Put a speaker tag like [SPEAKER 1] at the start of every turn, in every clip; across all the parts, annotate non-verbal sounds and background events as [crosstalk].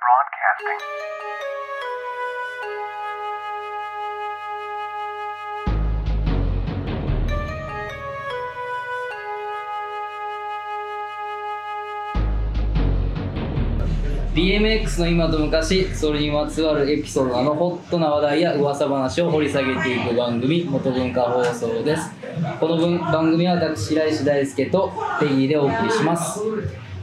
[SPEAKER 1] Podcasting.
[SPEAKER 2] DMX の今と昔それにまつわるエピソードなどホットな話題や噂話を掘り下げていく番組元文化放送ですこの分番組は私白石大輔とペギーでお送りします、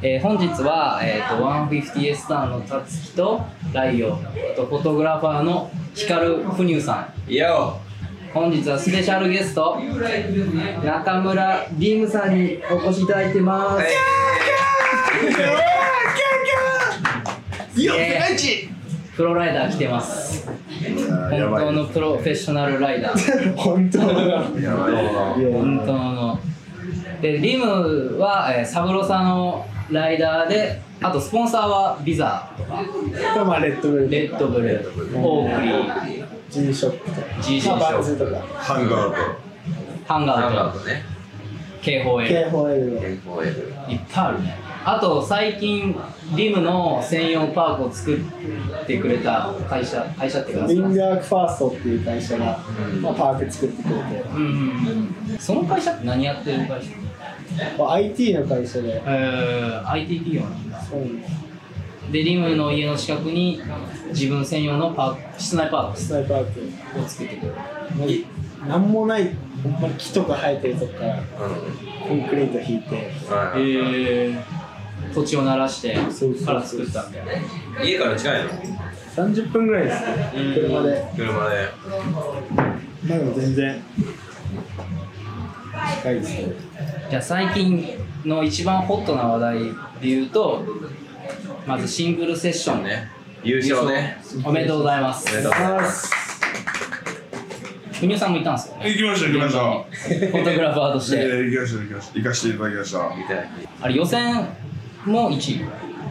[SPEAKER 2] えー本日は、えー、と 150S スターのたつきとライオンあとフォトグラファーの光ふにゅうさん
[SPEAKER 3] よ
[SPEAKER 2] 本日はスペシャルゲスト中村ディームさんにお越しいただいてます、
[SPEAKER 3] よ
[SPEAKER 2] イエーイ
[SPEAKER 3] 世界一
[SPEAKER 2] プロライダー来てます本
[SPEAKER 4] やばい
[SPEAKER 2] 当のプロフェッショナルライダー
[SPEAKER 4] [laughs] 本当だ。やばい
[SPEAKER 2] 本当のでリムは、えー、サブロさんのライダーであとスポンサーはビザとか
[SPEAKER 4] とまあレッドブル、
[SPEAKER 2] レッドブルオークリー
[SPEAKER 4] G ショップとか、
[SPEAKER 2] G ショップ
[SPEAKER 4] まあバンズとか、
[SPEAKER 5] ハンガーと
[SPEAKER 2] ハン
[SPEAKER 3] な
[SPEAKER 2] ガ
[SPEAKER 3] んだ
[SPEAKER 2] ー
[SPEAKER 3] ろ
[SPEAKER 2] と
[SPEAKER 3] うね
[SPEAKER 2] K4A
[SPEAKER 4] K4L
[SPEAKER 2] いっぱいあるねあと最近リムの専用パークを作ってくれた会社会社っていう
[SPEAKER 4] の、
[SPEAKER 2] か
[SPEAKER 4] ウィングアークファーストっていう会社が、まあ、パーク作ってくれて、
[SPEAKER 2] うんうんうんその会社って何やってる会社
[SPEAKER 4] まあ、IT の会社で、
[SPEAKER 2] えー、IT 企業なんだ
[SPEAKER 4] うん、
[SPEAKER 2] でリムの家の近くに自分専用のパーク室内パーク
[SPEAKER 4] スナイパーク、
[SPEAKER 2] を作ってくれる
[SPEAKER 4] まあ、なんもない、ほんまに木とか生えてるとこから、コンクリート引いて、
[SPEAKER 3] うんうん
[SPEAKER 2] へえ土地を鳴らして
[SPEAKER 4] そうそう
[SPEAKER 2] から作ったみたいな
[SPEAKER 3] 家から近いの
[SPEAKER 4] 30分ぐらいですね、車で。
[SPEAKER 3] 車で
[SPEAKER 4] まあでも全然、近いですね。
[SPEAKER 2] じゃあ最近の一番ホットな話題で言うとまずシングルセッション
[SPEAKER 3] ね優勝ね
[SPEAKER 2] おめでとうございます
[SPEAKER 3] おめでとうございます
[SPEAKER 2] ふにゅさんもいたん [laughs] ですよね
[SPEAKER 5] 行きました行きました
[SPEAKER 2] フォトグラファーとし
[SPEAKER 5] いやい
[SPEAKER 2] て
[SPEAKER 5] や行きました行きました行かせていただきました
[SPEAKER 3] みたい
[SPEAKER 2] あれ予選も1位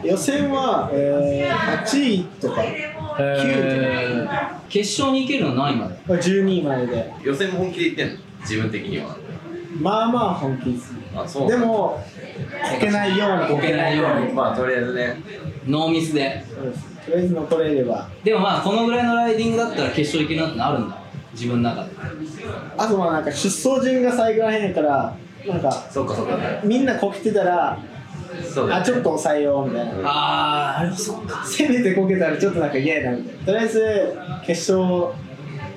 [SPEAKER 4] 予選は、えー、8位とか、
[SPEAKER 2] へー決勝に行けるの何位まで
[SPEAKER 4] まあ、12位までで、
[SPEAKER 3] 予選も本気でいってんの自分的には
[SPEAKER 4] まあまあ本気ですね。
[SPEAKER 3] あそう
[SPEAKER 4] でも、こけないように、
[SPEAKER 2] こけないように
[SPEAKER 3] まあとりあえずね
[SPEAKER 2] ノーミスで
[SPEAKER 4] そうですとりあえず残れれば、
[SPEAKER 2] でもまあこのぐらいのライディングだったら決勝行けるなってのあるんだ自分の中で
[SPEAKER 4] あとはなんか出走順が最後らへんやから、なんか、
[SPEAKER 3] そうかそうか
[SPEAKER 4] みんなこけてたら、
[SPEAKER 3] そうだ
[SPEAKER 4] あ、
[SPEAKER 3] よ
[SPEAKER 4] ちょっと抑えようみたいな、
[SPEAKER 2] あああれもそうか
[SPEAKER 4] せめてこけたらちょっとなんか嫌やなみたいな、とりあえず決勝、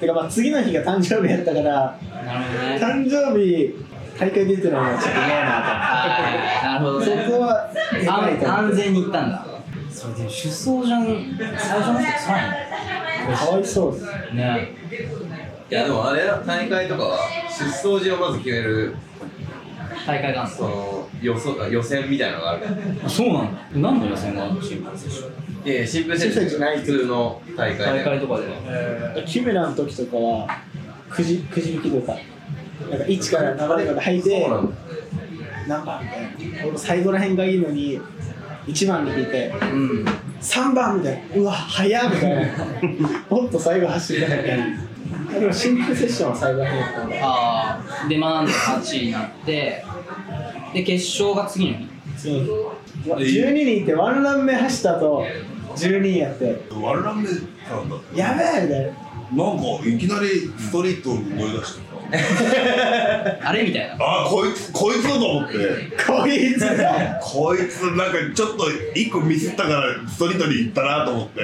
[SPEAKER 4] てか、まあ次の日が誕生日やったから、
[SPEAKER 2] なるほどね
[SPEAKER 4] 誕生日、大会出てるのはちょっと嫌やな
[SPEAKER 2] あーなるほ
[SPEAKER 4] と
[SPEAKER 2] どね
[SPEAKER 4] 思って、そこは、でかいと
[SPEAKER 2] 安
[SPEAKER 4] 思っ
[SPEAKER 2] 安
[SPEAKER 4] て
[SPEAKER 2] 全に行ったんだそれでも出走じゃん最初の人つらい
[SPEAKER 4] かわいそうです。
[SPEAKER 2] ねね
[SPEAKER 3] いやでもあれだ大会とかは出走時をまず決める
[SPEAKER 2] 大会があん
[SPEAKER 3] その予想予選みたいなのがある
[SPEAKER 2] のそうなんだ何の予選があるのチーム選手
[SPEAKER 3] いやいや新聞選手普通の大会
[SPEAKER 2] 大
[SPEAKER 3] で
[SPEAKER 2] 会とかで
[SPEAKER 4] キムラの時とかはくじくじ引きとかなんか1から流れまで入って
[SPEAKER 3] そうなんだ
[SPEAKER 4] 何番みたいな俺も最後らへんがいいのに1番で引いて
[SPEAKER 2] うん
[SPEAKER 4] 3番みたいなうわ早っみたいな
[SPEAKER 3] [laughs]
[SPEAKER 4] もっと最後走りたいみたいなでもシンクセッションは最後らへんやったんで
[SPEAKER 2] ああで学んで8位になってで決勝が次の日
[SPEAKER 4] 次の日うわ12人ってワンラン目走った後12人やって
[SPEAKER 5] ワンラン目なんだ
[SPEAKER 4] やべえみたいな
[SPEAKER 5] なんかいきなりストリートを思い出してさ
[SPEAKER 2] あれみたいな
[SPEAKER 5] あこいつこいつだと思って
[SPEAKER 4] こいつだ
[SPEAKER 5] こいつなんかちょっと一個ミスったからストリートに行ったなと思って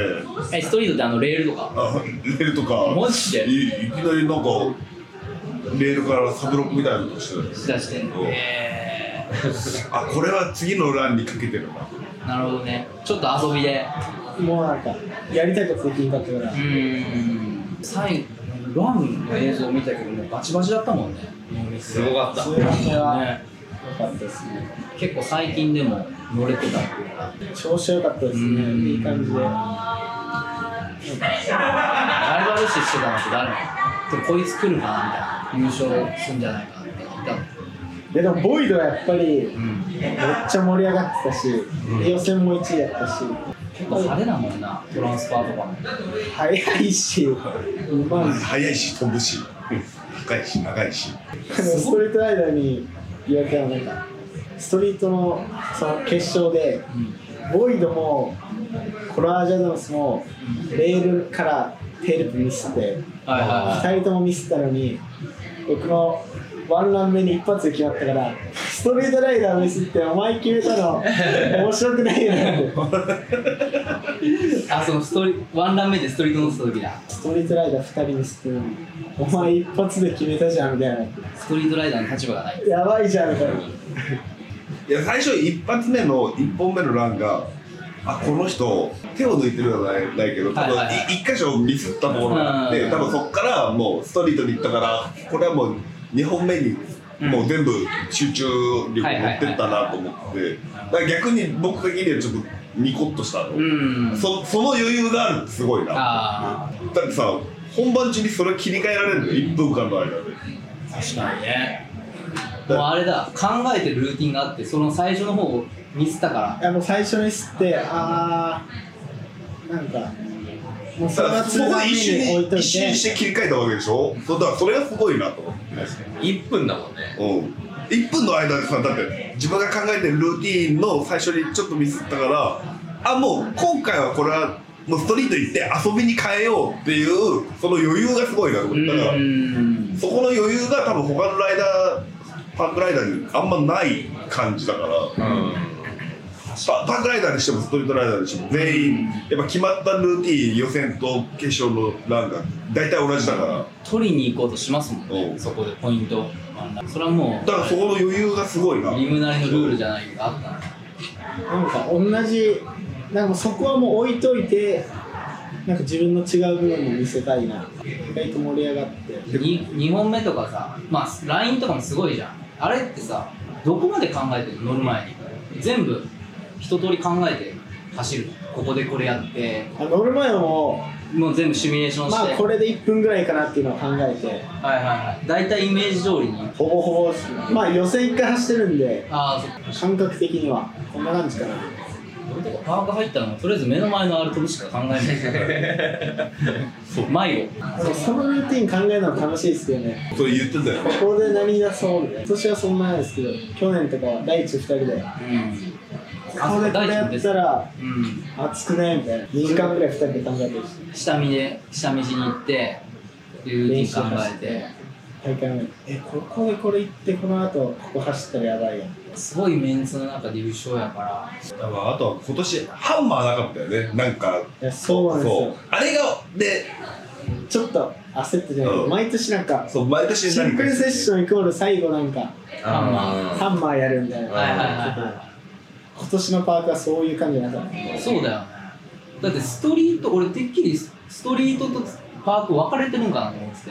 [SPEAKER 2] えストリートってあのレールとか
[SPEAKER 5] あレールとか
[SPEAKER 2] マジで
[SPEAKER 5] いいきなりなんかレールからサブロックみたいなことしてる
[SPEAKER 2] 出してんの
[SPEAKER 5] うん
[SPEAKER 2] へ
[SPEAKER 5] あこれは次のランにかけてるな
[SPEAKER 2] ーなるほどねちょっと遊びで
[SPEAKER 4] もうなんかやりたいことできんかったから
[SPEAKER 2] うん最後ランの映像見たけどもうバチバチだったもんね
[SPEAKER 3] すごかった
[SPEAKER 4] そういう番目は
[SPEAKER 2] ね
[SPEAKER 4] 良かったですね
[SPEAKER 2] 結構最近でも乗れてたっていうか
[SPEAKER 4] 調子良かったです
[SPEAKER 2] う
[SPEAKER 4] ね。
[SPEAKER 2] ん
[SPEAKER 4] いい感じで。
[SPEAKER 2] ライバル視してたのって誰でもこいつ来るかなみたいな優勝するんじゃないかなって言ったの
[SPEAKER 4] ででもボイドはやっぱり
[SPEAKER 2] うん
[SPEAKER 4] めっちゃ盛り上がってたし、予選も1位やったし、
[SPEAKER 2] 結構派手なもんなトランスファーとかも
[SPEAKER 4] 速いし、うまいし、
[SPEAKER 5] 速いし飛ぶし高いし長いし
[SPEAKER 4] あのストリートライダーに言われたのはなんか、ストリートのその決勝で、ボイドもコラージャダムスもレールからテールプミスって
[SPEAKER 2] はいはいはい
[SPEAKER 4] 2人ともミスったのに僕のワンラン目に一発で決まったからストレートライダーミスってお前決めたの面白くないよなって
[SPEAKER 2] あそのストリワンラン目でストリート乗ってた時だ
[SPEAKER 4] ストレートライダー2人ミスってのにお前一発で決めたじゃんみたい
[SPEAKER 2] ストリートライダーの立場がない
[SPEAKER 4] なやばいじゃんみたいない
[SPEAKER 5] や最初一発目の一本目のランがあこの人手を抜いてるのはないないけど多分、
[SPEAKER 2] はいはいはい
[SPEAKER 5] い一箇所ミスったところがあって
[SPEAKER 2] うん
[SPEAKER 5] 多分そっからもうストリートに行ったからこれはもう2本目に
[SPEAKER 2] うん
[SPEAKER 5] もう全部集中力持ってったなと思って、だから逆に僕的にはちょっとニコッとしたの、
[SPEAKER 2] うん
[SPEAKER 5] そその余裕があるってすごいなだ
[SPEAKER 2] ああ
[SPEAKER 5] ってさ本番中にそれ切り替えられるの1分間の間で
[SPEAKER 2] 確かにねもうあれだ考えてるルーティンがあってその最初の方をミスったから
[SPEAKER 4] やもう最初ミスってあーなんかもうそ
[SPEAKER 5] だ
[SPEAKER 4] れ
[SPEAKER 5] から
[SPEAKER 4] は
[SPEAKER 5] そ
[SPEAKER 4] 通
[SPEAKER 5] こ
[SPEAKER 4] 番
[SPEAKER 5] で
[SPEAKER 4] 目
[SPEAKER 5] 一瞬
[SPEAKER 4] に置いとい
[SPEAKER 5] に一瞬
[SPEAKER 4] て
[SPEAKER 5] にして切り替えたわけでしょそうだからそれがすごいなと思って
[SPEAKER 3] 1分だもんね
[SPEAKER 5] うん、1分の間でさだって自分が考えてるルーティンの最初にちょっとミスったからあもう今回はこれはもうストリート行って遊びに変えようっていうその余裕がすごいなと思
[SPEAKER 2] う
[SPEAKER 5] っただから
[SPEAKER 2] ん
[SPEAKER 5] そこの余裕が多分他のライダーパークライダーにあんまない感じだから
[SPEAKER 3] うん
[SPEAKER 5] パパークライダーにしてもストリートライダーにしても全員やっぱ決まったルーティン予選と決勝のランが大体同じだから
[SPEAKER 2] 取りに行こうとしますもん
[SPEAKER 5] う
[SPEAKER 2] ね
[SPEAKER 5] ん
[SPEAKER 2] そこでポイントそれはも
[SPEAKER 5] だからそこの余裕がすごいな
[SPEAKER 2] うリムなりのルールじゃないがあったんだ
[SPEAKER 4] なんか同じなんかそこはもう置いといてなんか自分の違う部分も見せたいな意外と盛り上がって
[SPEAKER 2] に2本目とかさまあ LINE とかもすごいじゃんあれってさどこまで考えてるの乗る前に全部一通り考えて走るここでこれやって
[SPEAKER 4] あ乗る前はも
[SPEAKER 2] もう全部シミュレーショ
[SPEAKER 4] う
[SPEAKER 2] ンして、
[SPEAKER 4] まあこれで1分ぐらいかなっていうのを考えて
[SPEAKER 2] はいはいはい大体イメージ通りに
[SPEAKER 4] ほぼほぼまあ予選1回走ってるんで
[SPEAKER 2] ああそっか
[SPEAKER 4] 感覚的にはこんな感じかな
[SPEAKER 2] 俺とかパーク入ったらもうとりあえず目の前のアルトムしか考えない前を
[SPEAKER 4] そうそのルーティン考えるの楽しいですよね
[SPEAKER 5] それ言ってたよね
[SPEAKER 4] ここで何出そうみたいな今年はそんなないですけど去年とかは第一2人で
[SPEAKER 2] うん
[SPEAKER 4] ここでこれやったら
[SPEAKER 2] うん
[SPEAKER 4] 熱くないみたいな2時間ぐらい2人で考えてるし
[SPEAKER 2] 下見で下見しに行ってルーティン考えて
[SPEAKER 4] 大会前えここでこれ行ってこの後ここ走ったらやばいやん
[SPEAKER 2] すごいメンツの中で優勝やから
[SPEAKER 5] だからあとは今年ハンマーなかったよねなんか
[SPEAKER 4] いやそうなんです
[SPEAKER 5] そう
[SPEAKER 4] よ
[SPEAKER 5] あれがで
[SPEAKER 4] ちょっと焦ってじゃないけど、
[SPEAKER 5] うん
[SPEAKER 4] 毎年なんか
[SPEAKER 5] そう毎年
[SPEAKER 4] シンプルセッションイコール最後なんか
[SPEAKER 3] あ
[SPEAKER 4] ハンマーやるみたいな、
[SPEAKER 2] はいはいはいはい
[SPEAKER 4] 今年のパークはそういう感じなかった
[SPEAKER 2] そうだよねだってストリート俺てっきりストリートとパーク分かれてるんかなと思ってて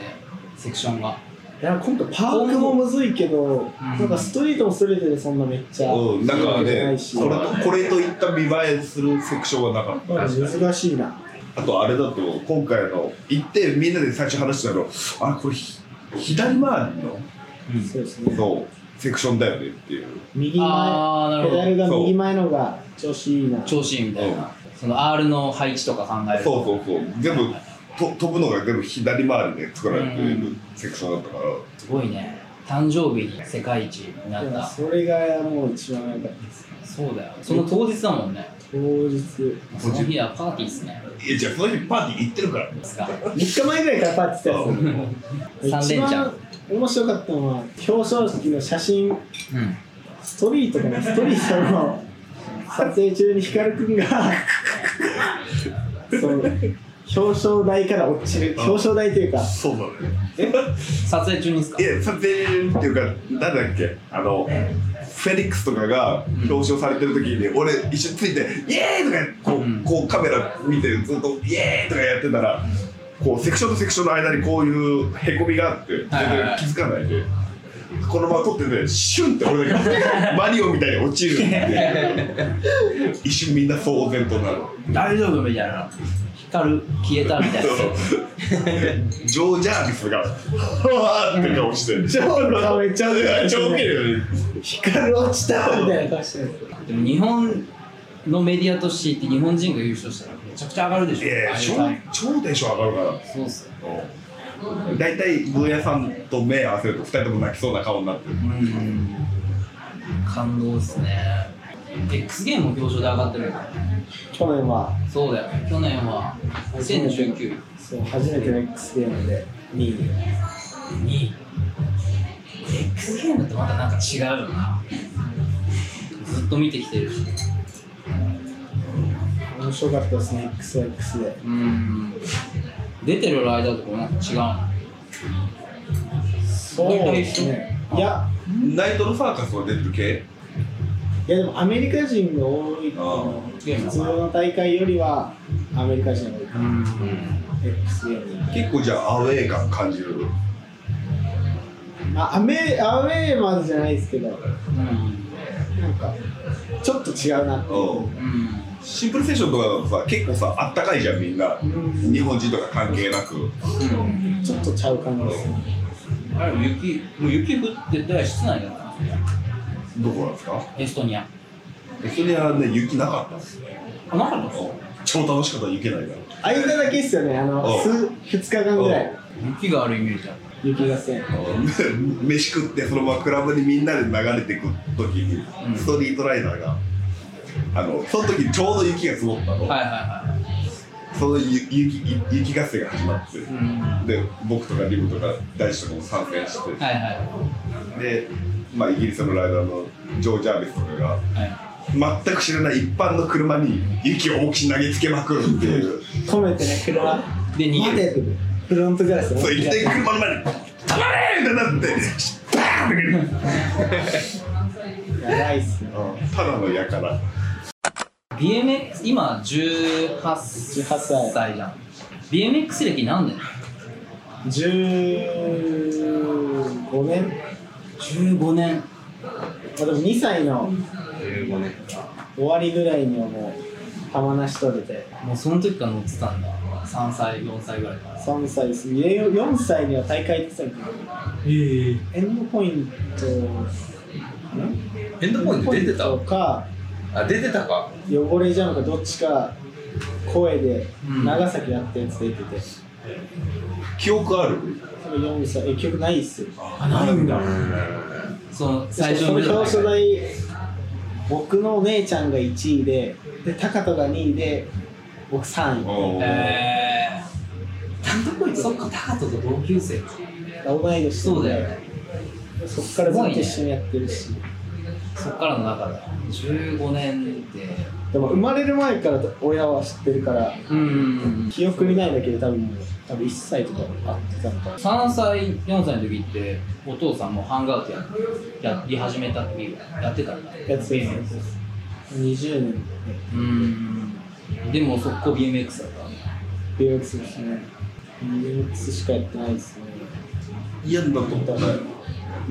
[SPEAKER 2] セクションが
[SPEAKER 4] いや今度パークもむずいけど、なんかストリートもストレートでそんなめっちゃ、
[SPEAKER 5] うんなんか
[SPEAKER 4] な
[SPEAKER 5] ね
[SPEAKER 4] いし
[SPEAKER 5] それとこれといった見栄えするセクションはなかっ
[SPEAKER 4] 難しいな
[SPEAKER 5] たあとあれだと今回の行ってみんなで最初話してたのあこれひ左回りの
[SPEAKER 4] そうですね
[SPEAKER 5] そうセクションだよねっていう
[SPEAKER 4] 右
[SPEAKER 2] あーな
[SPEAKER 4] 前
[SPEAKER 2] るほど
[SPEAKER 4] ペダルが右前のが調子いいな
[SPEAKER 2] 調子いいみたいな、
[SPEAKER 5] うん
[SPEAKER 2] その R の配置とか考える
[SPEAKER 5] そうそうそう全部と飛ぶのが全部左回りで作られて
[SPEAKER 2] う
[SPEAKER 5] るセクションだったから
[SPEAKER 2] すごいね誕生日に世界一にないっ
[SPEAKER 4] や
[SPEAKER 2] た
[SPEAKER 4] それがもう一番良かったです
[SPEAKER 2] そうだよその当日だもんね
[SPEAKER 4] 当日
[SPEAKER 2] その日はパーティーっすね
[SPEAKER 5] いやじゃあその日パーティー行ってるから
[SPEAKER 2] ですが
[SPEAKER 4] 3日前ぐらいからパーティーしてたやつ
[SPEAKER 2] 三連チャン
[SPEAKER 4] 一番面白かったのは表彰式の写真
[SPEAKER 2] うん
[SPEAKER 4] ストリートかなストリートの撮影中に光くんがその表彰台から落ちる表彰台というか
[SPEAKER 5] そうだね
[SPEAKER 2] 撮影中にですか
[SPEAKER 5] いや撮影っていうか誰だっけあのフェリックスとかが表彰されてる時に俺一緒について「イエーイ!」とかこう,、
[SPEAKER 2] うん
[SPEAKER 5] こうカメラ見てずっと「イエーイ!」とかやってたらこうセクションとセクションの間にこういうへこみがあって全然
[SPEAKER 2] はいはいはい
[SPEAKER 5] 気づかないで。このまま撮っててシュンって俺だけマリオみたいに落ちるっていう
[SPEAKER 2] [laughs]
[SPEAKER 5] 一瞬みんな騒然となる
[SPEAKER 2] 大丈夫みたいな光る消えたみたいな
[SPEAKER 5] ジョー・ジャービスが「わーって顔して
[SPEAKER 4] ジョーがめっちゃ
[SPEAKER 5] 超綺麗よね
[SPEAKER 4] 光落ちたみたいな顔してる
[SPEAKER 2] でも日本のメディアとして日本人が優勝したらめちゃくちゃ上がるでしょ
[SPEAKER 5] いや
[SPEAKER 2] ああいう
[SPEAKER 5] 超
[SPEAKER 2] タイム
[SPEAKER 5] 超テンション上がるか
[SPEAKER 2] そうっすよ
[SPEAKER 5] ら大体ブーヤさんと目合わせると2人とも泣きそうな顔になって
[SPEAKER 2] う
[SPEAKER 5] る
[SPEAKER 2] ん感動っすね X ゲームも表彰で上がってるよ
[SPEAKER 4] 去年は
[SPEAKER 2] そうだよ去年は2019
[SPEAKER 4] そう初めての X ゲームで2位に
[SPEAKER 2] に X ゲームとまたなんか違うよなずっと見てきてるし
[SPEAKER 4] 面白かったですね XX で
[SPEAKER 2] うん出てる間とかもなんか違うの
[SPEAKER 4] そうですねいや
[SPEAKER 5] ナイトのサーカスが出てる系
[SPEAKER 4] いやでもアメリカ人が多い
[SPEAKER 5] あ
[SPEAKER 4] 普通の大会よりはアメリカ人が多いか
[SPEAKER 2] うん
[SPEAKER 4] ら X ゲームに
[SPEAKER 5] 結構じゃあアウェー感感じる
[SPEAKER 4] あアメアウェーまでじゃないですけどなんかちょっと違うなって
[SPEAKER 5] うん
[SPEAKER 2] うん
[SPEAKER 5] シンプルセッションとかだとさ結構さあったかいじゃんみんな日本人とか関係なく
[SPEAKER 2] うん
[SPEAKER 4] ちょっとちゃう感じですね
[SPEAKER 2] あれも雪もう雪降ってて室内だったんですよ
[SPEAKER 5] どこなんですか
[SPEAKER 2] エストニア
[SPEAKER 5] エストニアはね雪なかったっすね
[SPEAKER 2] あなかったの
[SPEAKER 5] 超楽しかった雪ないから
[SPEAKER 4] 間だけっすよねあの数
[SPEAKER 5] う
[SPEAKER 4] 2日間ぐらい
[SPEAKER 2] 雪があるイメージある
[SPEAKER 4] 雪合戦
[SPEAKER 5] [laughs] 飯食ってそのままクラブにみんなで流れてく時に
[SPEAKER 2] うん
[SPEAKER 5] ストリートライダーが、あのその時にちょうど雪が積もったの、
[SPEAKER 2] はいはいは
[SPEAKER 5] その雪雪雪合戦が始まって、
[SPEAKER 2] いうんは
[SPEAKER 5] で僕とかリムとか大地とかも参戦して、
[SPEAKER 2] いは
[SPEAKER 5] で、まあ、イギリスのライダーのジョー・ジャービスとかが
[SPEAKER 2] いは
[SPEAKER 5] 全く知らない一般の車に雪を大きく投げつけまくるっていう
[SPEAKER 4] 止めてね車
[SPEAKER 2] いで逃
[SPEAKER 4] 待
[SPEAKER 2] げ
[SPEAKER 4] て
[SPEAKER 2] る
[SPEAKER 4] ってフロントガラス
[SPEAKER 5] そういきなり車の前に「たまれ!」ってなってバーンって
[SPEAKER 4] やばいっすね
[SPEAKER 5] ただのやから。
[SPEAKER 2] BMX 今18
[SPEAKER 4] 18歳
[SPEAKER 2] 歳じゃん BMX 歴何年
[SPEAKER 4] 15年
[SPEAKER 2] ?15 年
[SPEAKER 4] まあ、でも2歳の
[SPEAKER 3] 15年
[SPEAKER 4] 終わりぐらいにはもう玉なし取れて
[SPEAKER 2] もうその時から乗ってたんだ3歳4歳ぐらいから
[SPEAKER 4] 3歳です4歳には大会行ってたけど
[SPEAKER 2] ええ
[SPEAKER 4] エンドポイント
[SPEAKER 3] エンドポイント出てた
[SPEAKER 4] とか
[SPEAKER 3] あ出てたか
[SPEAKER 4] 汚れジャムかどっちか声で
[SPEAKER 2] うん
[SPEAKER 4] 長崎やったやつ出てて、
[SPEAKER 5] 記憶ある
[SPEAKER 4] それ4歳え記憶ないっすよ
[SPEAKER 2] あないんだその最初
[SPEAKER 4] そ
[SPEAKER 2] の
[SPEAKER 4] の
[SPEAKER 2] 出
[SPEAKER 4] 表
[SPEAKER 2] た大
[SPEAKER 4] 彰
[SPEAKER 2] 会
[SPEAKER 4] 台僕のお姉ちゃんが1位でで高人が2位で僕3位
[SPEAKER 5] おー
[SPEAKER 2] ええそっか高人と同級生か
[SPEAKER 4] 同い年で
[SPEAKER 2] そうだよね
[SPEAKER 4] そっからずっと一緒にやってるし、
[SPEAKER 2] そっからの中だ15年で
[SPEAKER 4] でも生まれる前から親は知ってるから
[SPEAKER 2] うん
[SPEAKER 4] 記憶にないだけで多分多分1歳とかあってたのかな
[SPEAKER 2] 3歳4歳の時ってお父さんもハンガーウトややり始めた時やってたんだ
[SPEAKER 4] やつですね20年
[SPEAKER 2] うんでも速攻 BMX だったわね
[SPEAKER 4] で BMX ですね BMX しかやってないですね
[SPEAKER 5] 嫌だと思ったね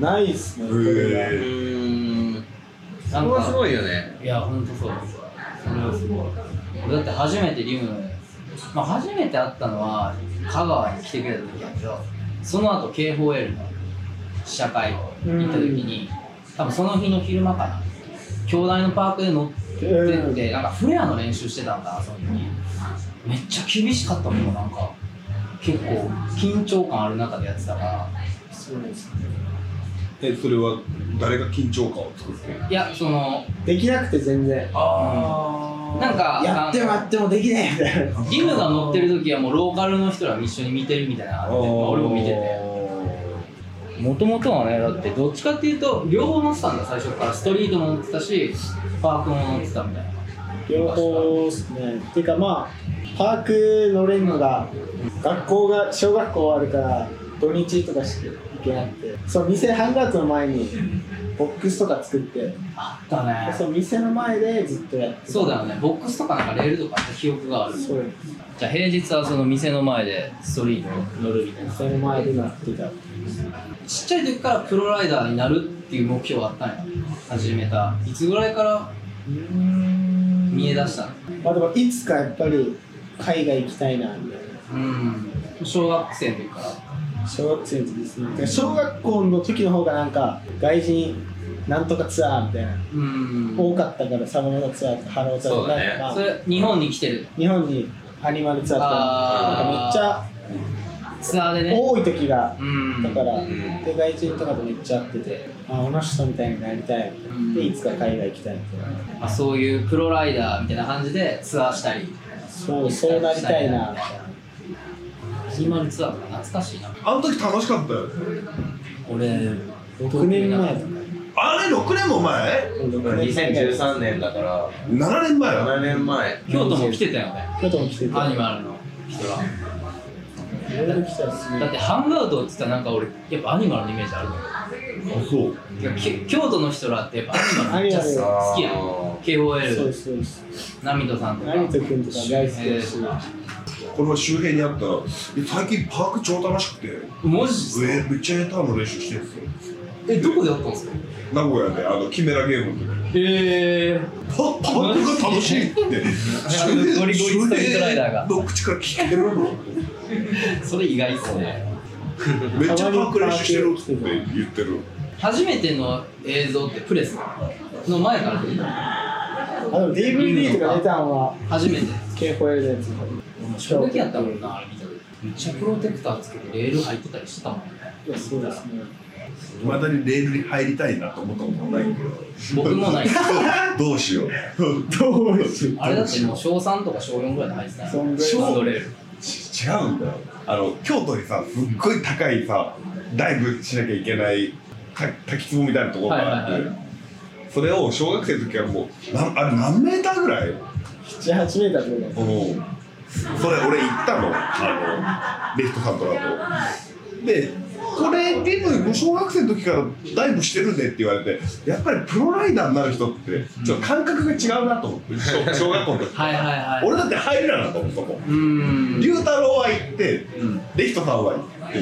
[SPEAKER 4] ないっすね
[SPEAKER 5] へ
[SPEAKER 4] これ
[SPEAKER 3] う
[SPEAKER 5] え
[SPEAKER 4] は
[SPEAKER 3] ーんそ
[SPEAKER 2] な
[SPEAKER 3] れ
[SPEAKER 2] んか
[SPEAKER 3] はすごいよね
[SPEAKER 2] いや、ほんとそうです。それはすごい。俺だって初めてリムの、まあ、初めて会ったのは香川に来てくれた時だけど、その後 K4L の試写会行った時に、多分その日の昼間かな、兄弟のパークで乗ってって、なんかフレアの練習してたんだ、その時に。めっちゃ厳しかったもん、なんか。結構緊張感ある中でやってたから。
[SPEAKER 4] そうですね
[SPEAKER 5] えそれは誰が緊張感を作って
[SPEAKER 2] いや、その、
[SPEAKER 4] できなくて全然
[SPEAKER 2] ーなんか
[SPEAKER 4] やってもやってもできねえみたいな
[SPEAKER 2] リムが乗ってる時はもうローカルの人らも一緒に見てるみたいなのあって俺も見ててもともとはねだってどっちかっていうと両方乗ってたんだ最初からストリートも乗ってたしパークも乗ってたみたいな
[SPEAKER 4] 両方っすねっていうかまあパーク乗れるのが学校が小学校あるから土日とかしか行けなくてそう店ハンガーツの前にボックスとか作って
[SPEAKER 2] あったね
[SPEAKER 4] そう店の前でずっとやってた
[SPEAKER 2] そうだよねボックスとかなんかレールとかあった記憶がある
[SPEAKER 4] そうです
[SPEAKER 2] じゃあ平日はその店の前でストリート乗るみたいな
[SPEAKER 4] 店の前でなってた
[SPEAKER 2] ちっちゃい時からプロライダーになるっていう目標はあったんや始めたいつぐらいから見え出したの
[SPEAKER 4] まあでもいつかやっぱり海外行きたいなみたいな
[SPEAKER 2] うん小学生の時から
[SPEAKER 4] 小学生の時ですねだから小学校の時の方がなんか外人なんとかツアーみたいな
[SPEAKER 2] うん
[SPEAKER 4] 多かったからサムのツアーとかハローツアーと
[SPEAKER 3] そう
[SPEAKER 4] か
[SPEAKER 3] だね
[SPEAKER 4] まあ
[SPEAKER 2] それ日本に来てる
[SPEAKER 4] 日本にアニマルツアーとか
[SPEAKER 2] あー
[SPEAKER 4] なんかめっちゃ
[SPEAKER 2] ツアーでね
[SPEAKER 4] 多い時が
[SPEAKER 2] うん
[SPEAKER 4] だから
[SPEAKER 3] ん
[SPEAKER 4] で外人とかとめっちゃ会っててあこの人みたいになりたいでいつか海外行きたいみたいな
[SPEAKER 2] まあ、そういうプロライダーみたいな感じでツアーしたり
[SPEAKER 4] そうそうなりたいなみたいな
[SPEAKER 2] 今のツアーとか懐かしいな
[SPEAKER 5] あの時楽しかったよ
[SPEAKER 2] 俺
[SPEAKER 4] 6年前とか
[SPEAKER 5] あれ6年も前
[SPEAKER 3] 2013年だから
[SPEAKER 5] 7年前
[SPEAKER 3] 7年前
[SPEAKER 2] 京都も来てたよね
[SPEAKER 4] 京都も来てて
[SPEAKER 2] アニマルの人が
[SPEAKER 4] いろいろ来たし
[SPEAKER 2] だってハンガウトって言ったらなんか俺やっぱアニマルのイメージあるの
[SPEAKER 5] あそう
[SPEAKER 2] いやき京都の人らってやっぱアニマルめっちゃ
[SPEAKER 4] アニマ
[SPEAKER 2] 好きやん
[SPEAKER 4] そう
[SPEAKER 2] KOL
[SPEAKER 4] そうそう
[SPEAKER 2] ナミトさんとか
[SPEAKER 4] 成田君とか大好きだし、
[SPEAKER 5] これは周辺にあったらえ最近パーク超楽しくて
[SPEAKER 2] マジっすか
[SPEAKER 5] えめっちゃエターの練習してるんですよ
[SPEAKER 2] えどこでやったんですか
[SPEAKER 5] 名古屋であのキメラゲームの時
[SPEAKER 2] え
[SPEAKER 5] パパークが楽しいって
[SPEAKER 2] ゴリゴリストリートライダーが
[SPEAKER 5] 周辺の口から聞けるの
[SPEAKER 2] ー、それ意外っすね
[SPEAKER 5] めっちゃパーク練習してるって言ってる
[SPEAKER 2] 初めての映像ってプレスの前から出てた
[SPEAKER 4] あでも DVD とか出たのは
[SPEAKER 2] 初めて
[SPEAKER 4] KFOL のやつ
[SPEAKER 2] もう衝撃やったもんなあれ見た時めっちゃプロテクターつけてレール入ってたりしてたもんね
[SPEAKER 4] いやそうですね
[SPEAKER 5] いまだにレールに入りたいなと思ったことないけど
[SPEAKER 2] 僕も
[SPEAKER 4] [laughs]
[SPEAKER 2] ない
[SPEAKER 5] [laughs] どうしよう
[SPEAKER 4] どうし
[SPEAKER 2] あれだってもう小3とか小4ぐらいで入ってた
[SPEAKER 4] そ
[SPEAKER 2] よ
[SPEAKER 4] んぐらい
[SPEAKER 2] ハンドレール
[SPEAKER 5] ち違うんだよあの京都にさすっごい高いさダイブしなきゃいけないた滝壺みたいなところがあって、
[SPEAKER 2] はいはいは
[SPEAKER 5] それを小学生の時はもうなんあれ何メーターぐらい
[SPEAKER 4] 78メーターとか
[SPEAKER 5] うんそれ俺行ったのあのレフトさんとだとでこれゲーム小学生の時からダイブしてるねって言われてやっぱりプロライダーになる人ってちょっと感覚が違うなと思って小 [laughs] 小学校の時
[SPEAKER 2] はいはいはい
[SPEAKER 5] 俺だって入れなかったもんそこ
[SPEAKER 2] うーん
[SPEAKER 5] 龍太郎は行って、
[SPEAKER 2] ん
[SPEAKER 5] レヒトさんは行って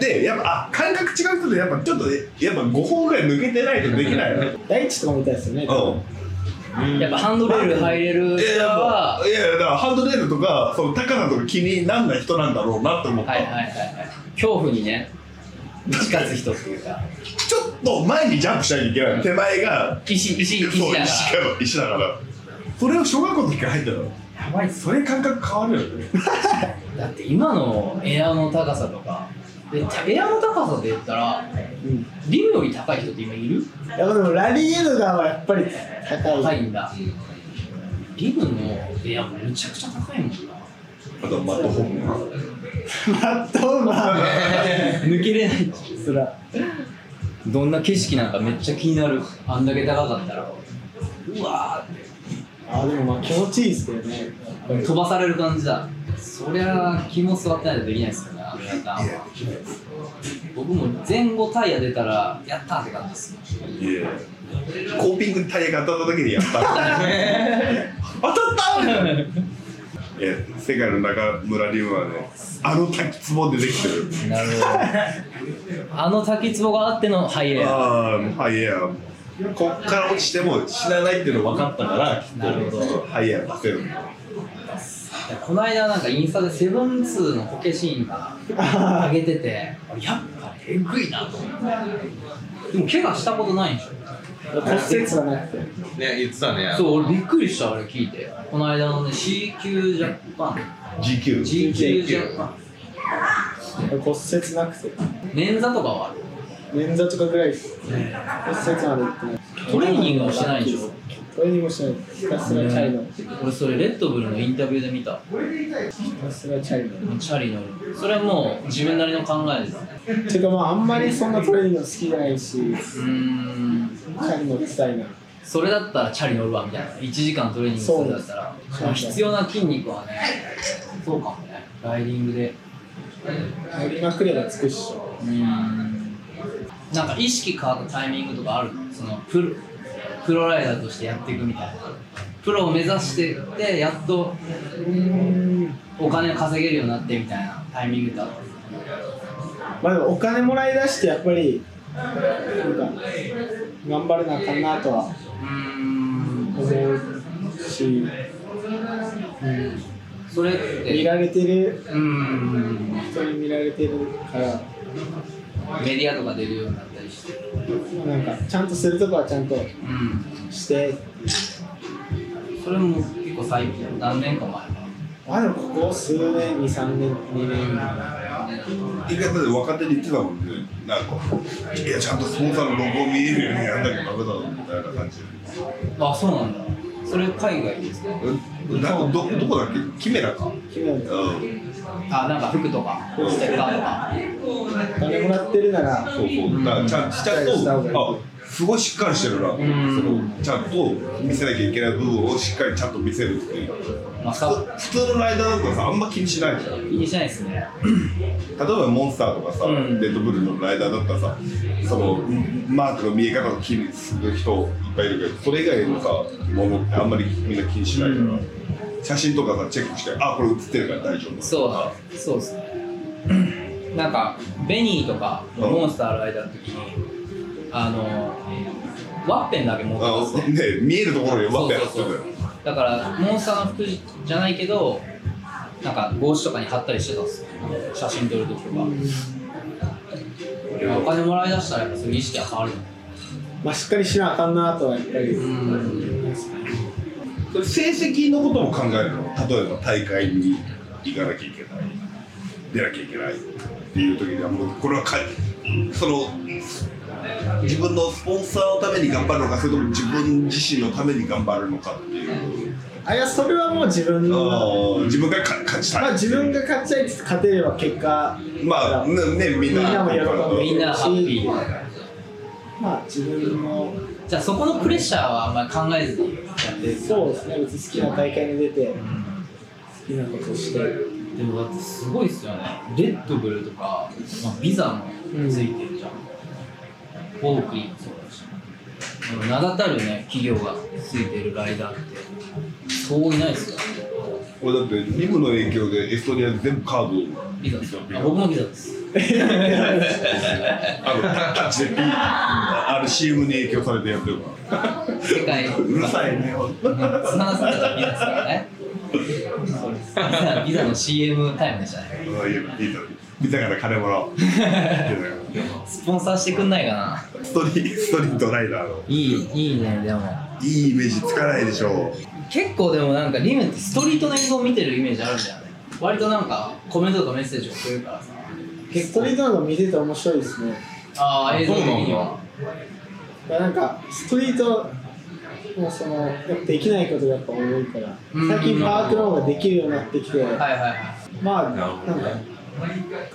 [SPEAKER 5] でやっぱあ感覚違う人でやっぱちょっとねやっぱ5本ぐらい抜けてないとでき
[SPEAKER 2] [laughs]
[SPEAKER 5] ないなうん
[SPEAKER 4] 大地とか見たいですよね
[SPEAKER 2] やっぱハンドレール入れる
[SPEAKER 5] いやい
[SPEAKER 2] 人
[SPEAKER 5] や
[SPEAKER 2] は
[SPEAKER 5] もういやいやだからハンドレールとかその高さとか気になんない人なんだろうなって思った、
[SPEAKER 2] はいはいはいはい恐怖にね打ち勝つ人っていう
[SPEAKER 4] [laughs]
[SPEAKER 2] か
[SPEAKER 5] ちょっと前にジャンプしなきゃいけない手前が
[SPEAKER 2] 石石石
[SPEAKER 5] そう
[SPEAKER 2] だか
[SPEAKER 5] 石から石だからそれを小学校の時から入ってたの
[SPEAKER 2] らやばいっす
[SPEAKER 5] それ感覚変わるよ
[SPEAKER 2] [laughs]
[SPEAKER 5] ね
[SPEAKER 2] だって今のエアの高さとかでエアの高さで言ったら
[SPEAKER 4] うん
[SPEAKER 2] リムより高い人って今いる
[SPEAKER 4] いやでもラリーエドガーはやっぱり
[SPEAKER 2] 高
[SPEAKER 4] 高
[SPEAKER 2] い
[SPEAKER 4] い
[SPEAKER 2] んだリムのエアもむちゃくちゃ高いもんな
[SPEAKER 5] あとマットホームが
[SPEAKER 4] マットマン
[SPEAKER 5] [laughs]
[SPEAKER 2] 抜けれない
[SPEAKER 4] すら
[SPEAKER 2] どんな景色なんかめっちゃ気になるあんだけ高かったらうわーって
[SPEAKER 4] あでもまあ気持ちいいですけどねやっぱり
[SPEAKER 2] 飛ばされる感じだそりゃ気も座ってないとできないですよねあのやったんは僕も前後タイヤ出たらやったーって感じです
[SPEAKER 5] いやコーピングにタイヤが当たった時にやった
[SPEAKER 2] [laughs]
[SPEAKER 5] 当たったいや世界の中村龍はねあの滝壺でできてる
[SPEAKER 2] なるほどあの滝壺があってのハイエア
[SPEAKER 5] ああハイエアこっから落ちても死なないっていうの分かったからきっ
[SPEAKER 2] なるほ
[SPEAKER 5] とハイエア出せる
[SPEAKER 2] この間なんかインスタでセブンツーのコケシーンが
[SPEAKER 4] あ
[SPEAKER 2] 上げててやっぱえぐいなと思ってでも怪我したことないんでしょ
[SPEAKER 4] ー骨折がなくて
[SPEAKER 3] ね言ってたね
[SPEAKER 2] そう俺びっくりしたあれ聞いてこの間のね CQ ジャパン
[SPEAKER 5] GQ
[SPEAKER 2] GQ ジャパン
[SPEAKER 4] 骨折なくて
[SPEAKER 2] 捻挫とかはある
[SPEAKER 4] 捻挫とかぐらいです骨折までいってない
[SPEAKER 2] トレーニングもしてないでしょ
[SPEAKER 4] トレーニングもしてないひたすらチャリのひ
[SPEAKER 2] 俺それレッドブルのインタビューで見た
[SPEAKER 4] たすらチャリの
[SPEAKER 2] チャリ乗るそれはもう自分なりの考えです
[SPEAKER 4] ていうかまああんまりそんなトレーニング好きじゃないしチ
[SPEAKER 2] うーん
[SPEAKER 4] ャリ乗ってたいな
[SPEAKER 2] それだったらチャリ乗るわみたいな1時間トレーニングするんだったら
[SPEAKER 4] そう
[SPEAKER 2] その必要な筋肉はねそうかもねライディングで
[SPEAKER 4] 乗りまくればつくっしょ
[SPEAKER 2] うーんなんか意識変わったタイミングとかあるそのプロプロライダーとしてやっていくみたいなプロを目指してってやっとお金を稼げるようになってみたいなタイミングだった
[SPEAKER 4] まあでもお金もらい出してやっぱりなんか頑張れなあかんなとは
[SPEAKER 2] うーん
[SPEAKER 4] 思うし、うん、
[SPEAKER 2] それって
[SPEAKER 4] 見られてる
[SPEAKER 2] うーんメ
[SPEAKER 4] 人に見られてるから
[SPEAKER 2] ディアとか出るようになったりして
[SPEAKER 4] なんかちゃんとするとこはちゃんと
[SPEAKER 2] うん
[SPEAKER 4] して
[SPEAKER 2] それも結構最近何年か前か
[SPEAKER 4] あでもここ数年23年2年
[SPEAKER 5] 言い方で若手に言ってたもんねなんかいやちゃんとスポンサーのロゴ見えるようにやんなきゃダメだろみたいな感じ
[SPEAKER 2] あそうなんだそれ海外ですか
[SPEAKER 5] うんなんかどどこだっけキメラか
[SPEAKER 4] 決めた
[SPEAKER 5] うん
[SPEAKER 2] あなんか服とかステッカーとか
[SPEAKER 4] お金もらってるなら
[SPEAKER 5] そうそうだからちゃんちゃんとあすごいしっかりしてるなそ
[SPEAKER 2] ん
[SPEAKER 5] のちゃんと見せなきゃいけない部分をしっかりちゃんと見せるっていう
[SPEAKER 2] まあ
[SPEAKER 5] 普通
[SPEAKER 2] さ
[SPEAKER 5] 普通のライダーなんかさあんま気にしないじゃん
[SPEAKER 2] 気にしないですね
[SPEAKER 5] 例えばモンスターとかさ、
[SPEAKER 2] うん
[SPEAKER 5] レッドブルのライダーだったらさそのマークの見え方を気にする人いっぱいいるけどそれ以外のさものってあんまりみんな気にしないから、
[SPEAKER 2] うん
[SPEAKER 5] 写真とかさチェックしてあこれ写ってるから大丈夫
[SPEAKER 2] そうだそうですねなんかベニーとかモンスターの間の時にあのワッペンだけ持ってたんですね
[SPEAKER 5] あね見えるところにワッペン貼って
[SPEAKER 2] そうそ
[SPEAKER 5] た
[SPEAKER 2] う
[SPEAKER 5] よ
[SPEAKER 2] そうだからモンスターの服じゃないけどなんか帽子とかに貼ったりしてたんですよ写真撮る時とかお金もらいだしたらやっぱそういう意識は変わる
[SPEAKER 4] まあしっかりしなあかんなとはやっぱ
[SPEAKER 2] ん
[SPEAKER 4] り
[SPEAKER 5] それ成績のことも考えるの例えば大会に行かなきゃいけない出なきゃいけないっていう時にはもうこれはかその自分のスポンサーのために頑張るのかそれとも自分自身のために頑張るのかっていう、
[SPEAKER 4] あいやそれはもう自分の
[SPEAKER 5] あー自分がか勝ちたい
[SPEAKER 4] まあ自分が勝ちたいって勝てれば結果
[SPEAKER 5] まあねねみんな
[SPEAKER 4] みんなも喜ぶ
[SPEAKER 2] みんなハッピー
[SPEAKER 4] まあ自分の
[SPEAKER 2] じゃあそこのプレッシャーはあんまり考えずにやってる
[SPEAKER 4] そうですね別に好きな大会に出て好きなことをして
[SPEAKER 2] でもだってすごいっすよねレッドブルとか、まあ、ビザもついてるじゃん、オークリーもそうだしでも名だたるね企業がついてるライダーってそういないっすよね
[SPEAKER 5] 俺だってリムの影響でエストニア全部カードを
[SPEAKER 2] ビザですよあ僕もビザです
[SPEAKER 5] あのタッチでピーあれ CM に影響されてやってるから
[SPEAKER 2] 世界
[SPEAKER 5] うるさいね
[SPEAKER 2] [laughs] つながったらビザですからねそうですビザビザの CM タイムでしたね
[SPEAKER 5] うんいやいいぞ見たから金もらおういや
[SPEAKER 2] スポンサーしてくんないかな
[SPEAKER 5] ストリストリートライダーの
[SPEAKER 2] いいいいねでも
[SPEAKER 5] いいイメージつかないでしょ
[SPEAKER 2] 結構でもなんかリムってストリートの映像を見てるイメージあるんだよね割となんかコメントとかメッセージを送るからさ
[SPEAKER 4] ストリートの見てて面白いですね
[SPEAKER 2] ああ映像的には
[SPEAKER 4] まあなんかストリートもそのやっぱできないことがやっぱ多いから
[SPEAKER 2] うん
[SPEAKER 4] 最近パークの方ができるようになってきて
[SPEAKER 2] はいはいはい
[SPEAKER 4] まあなんか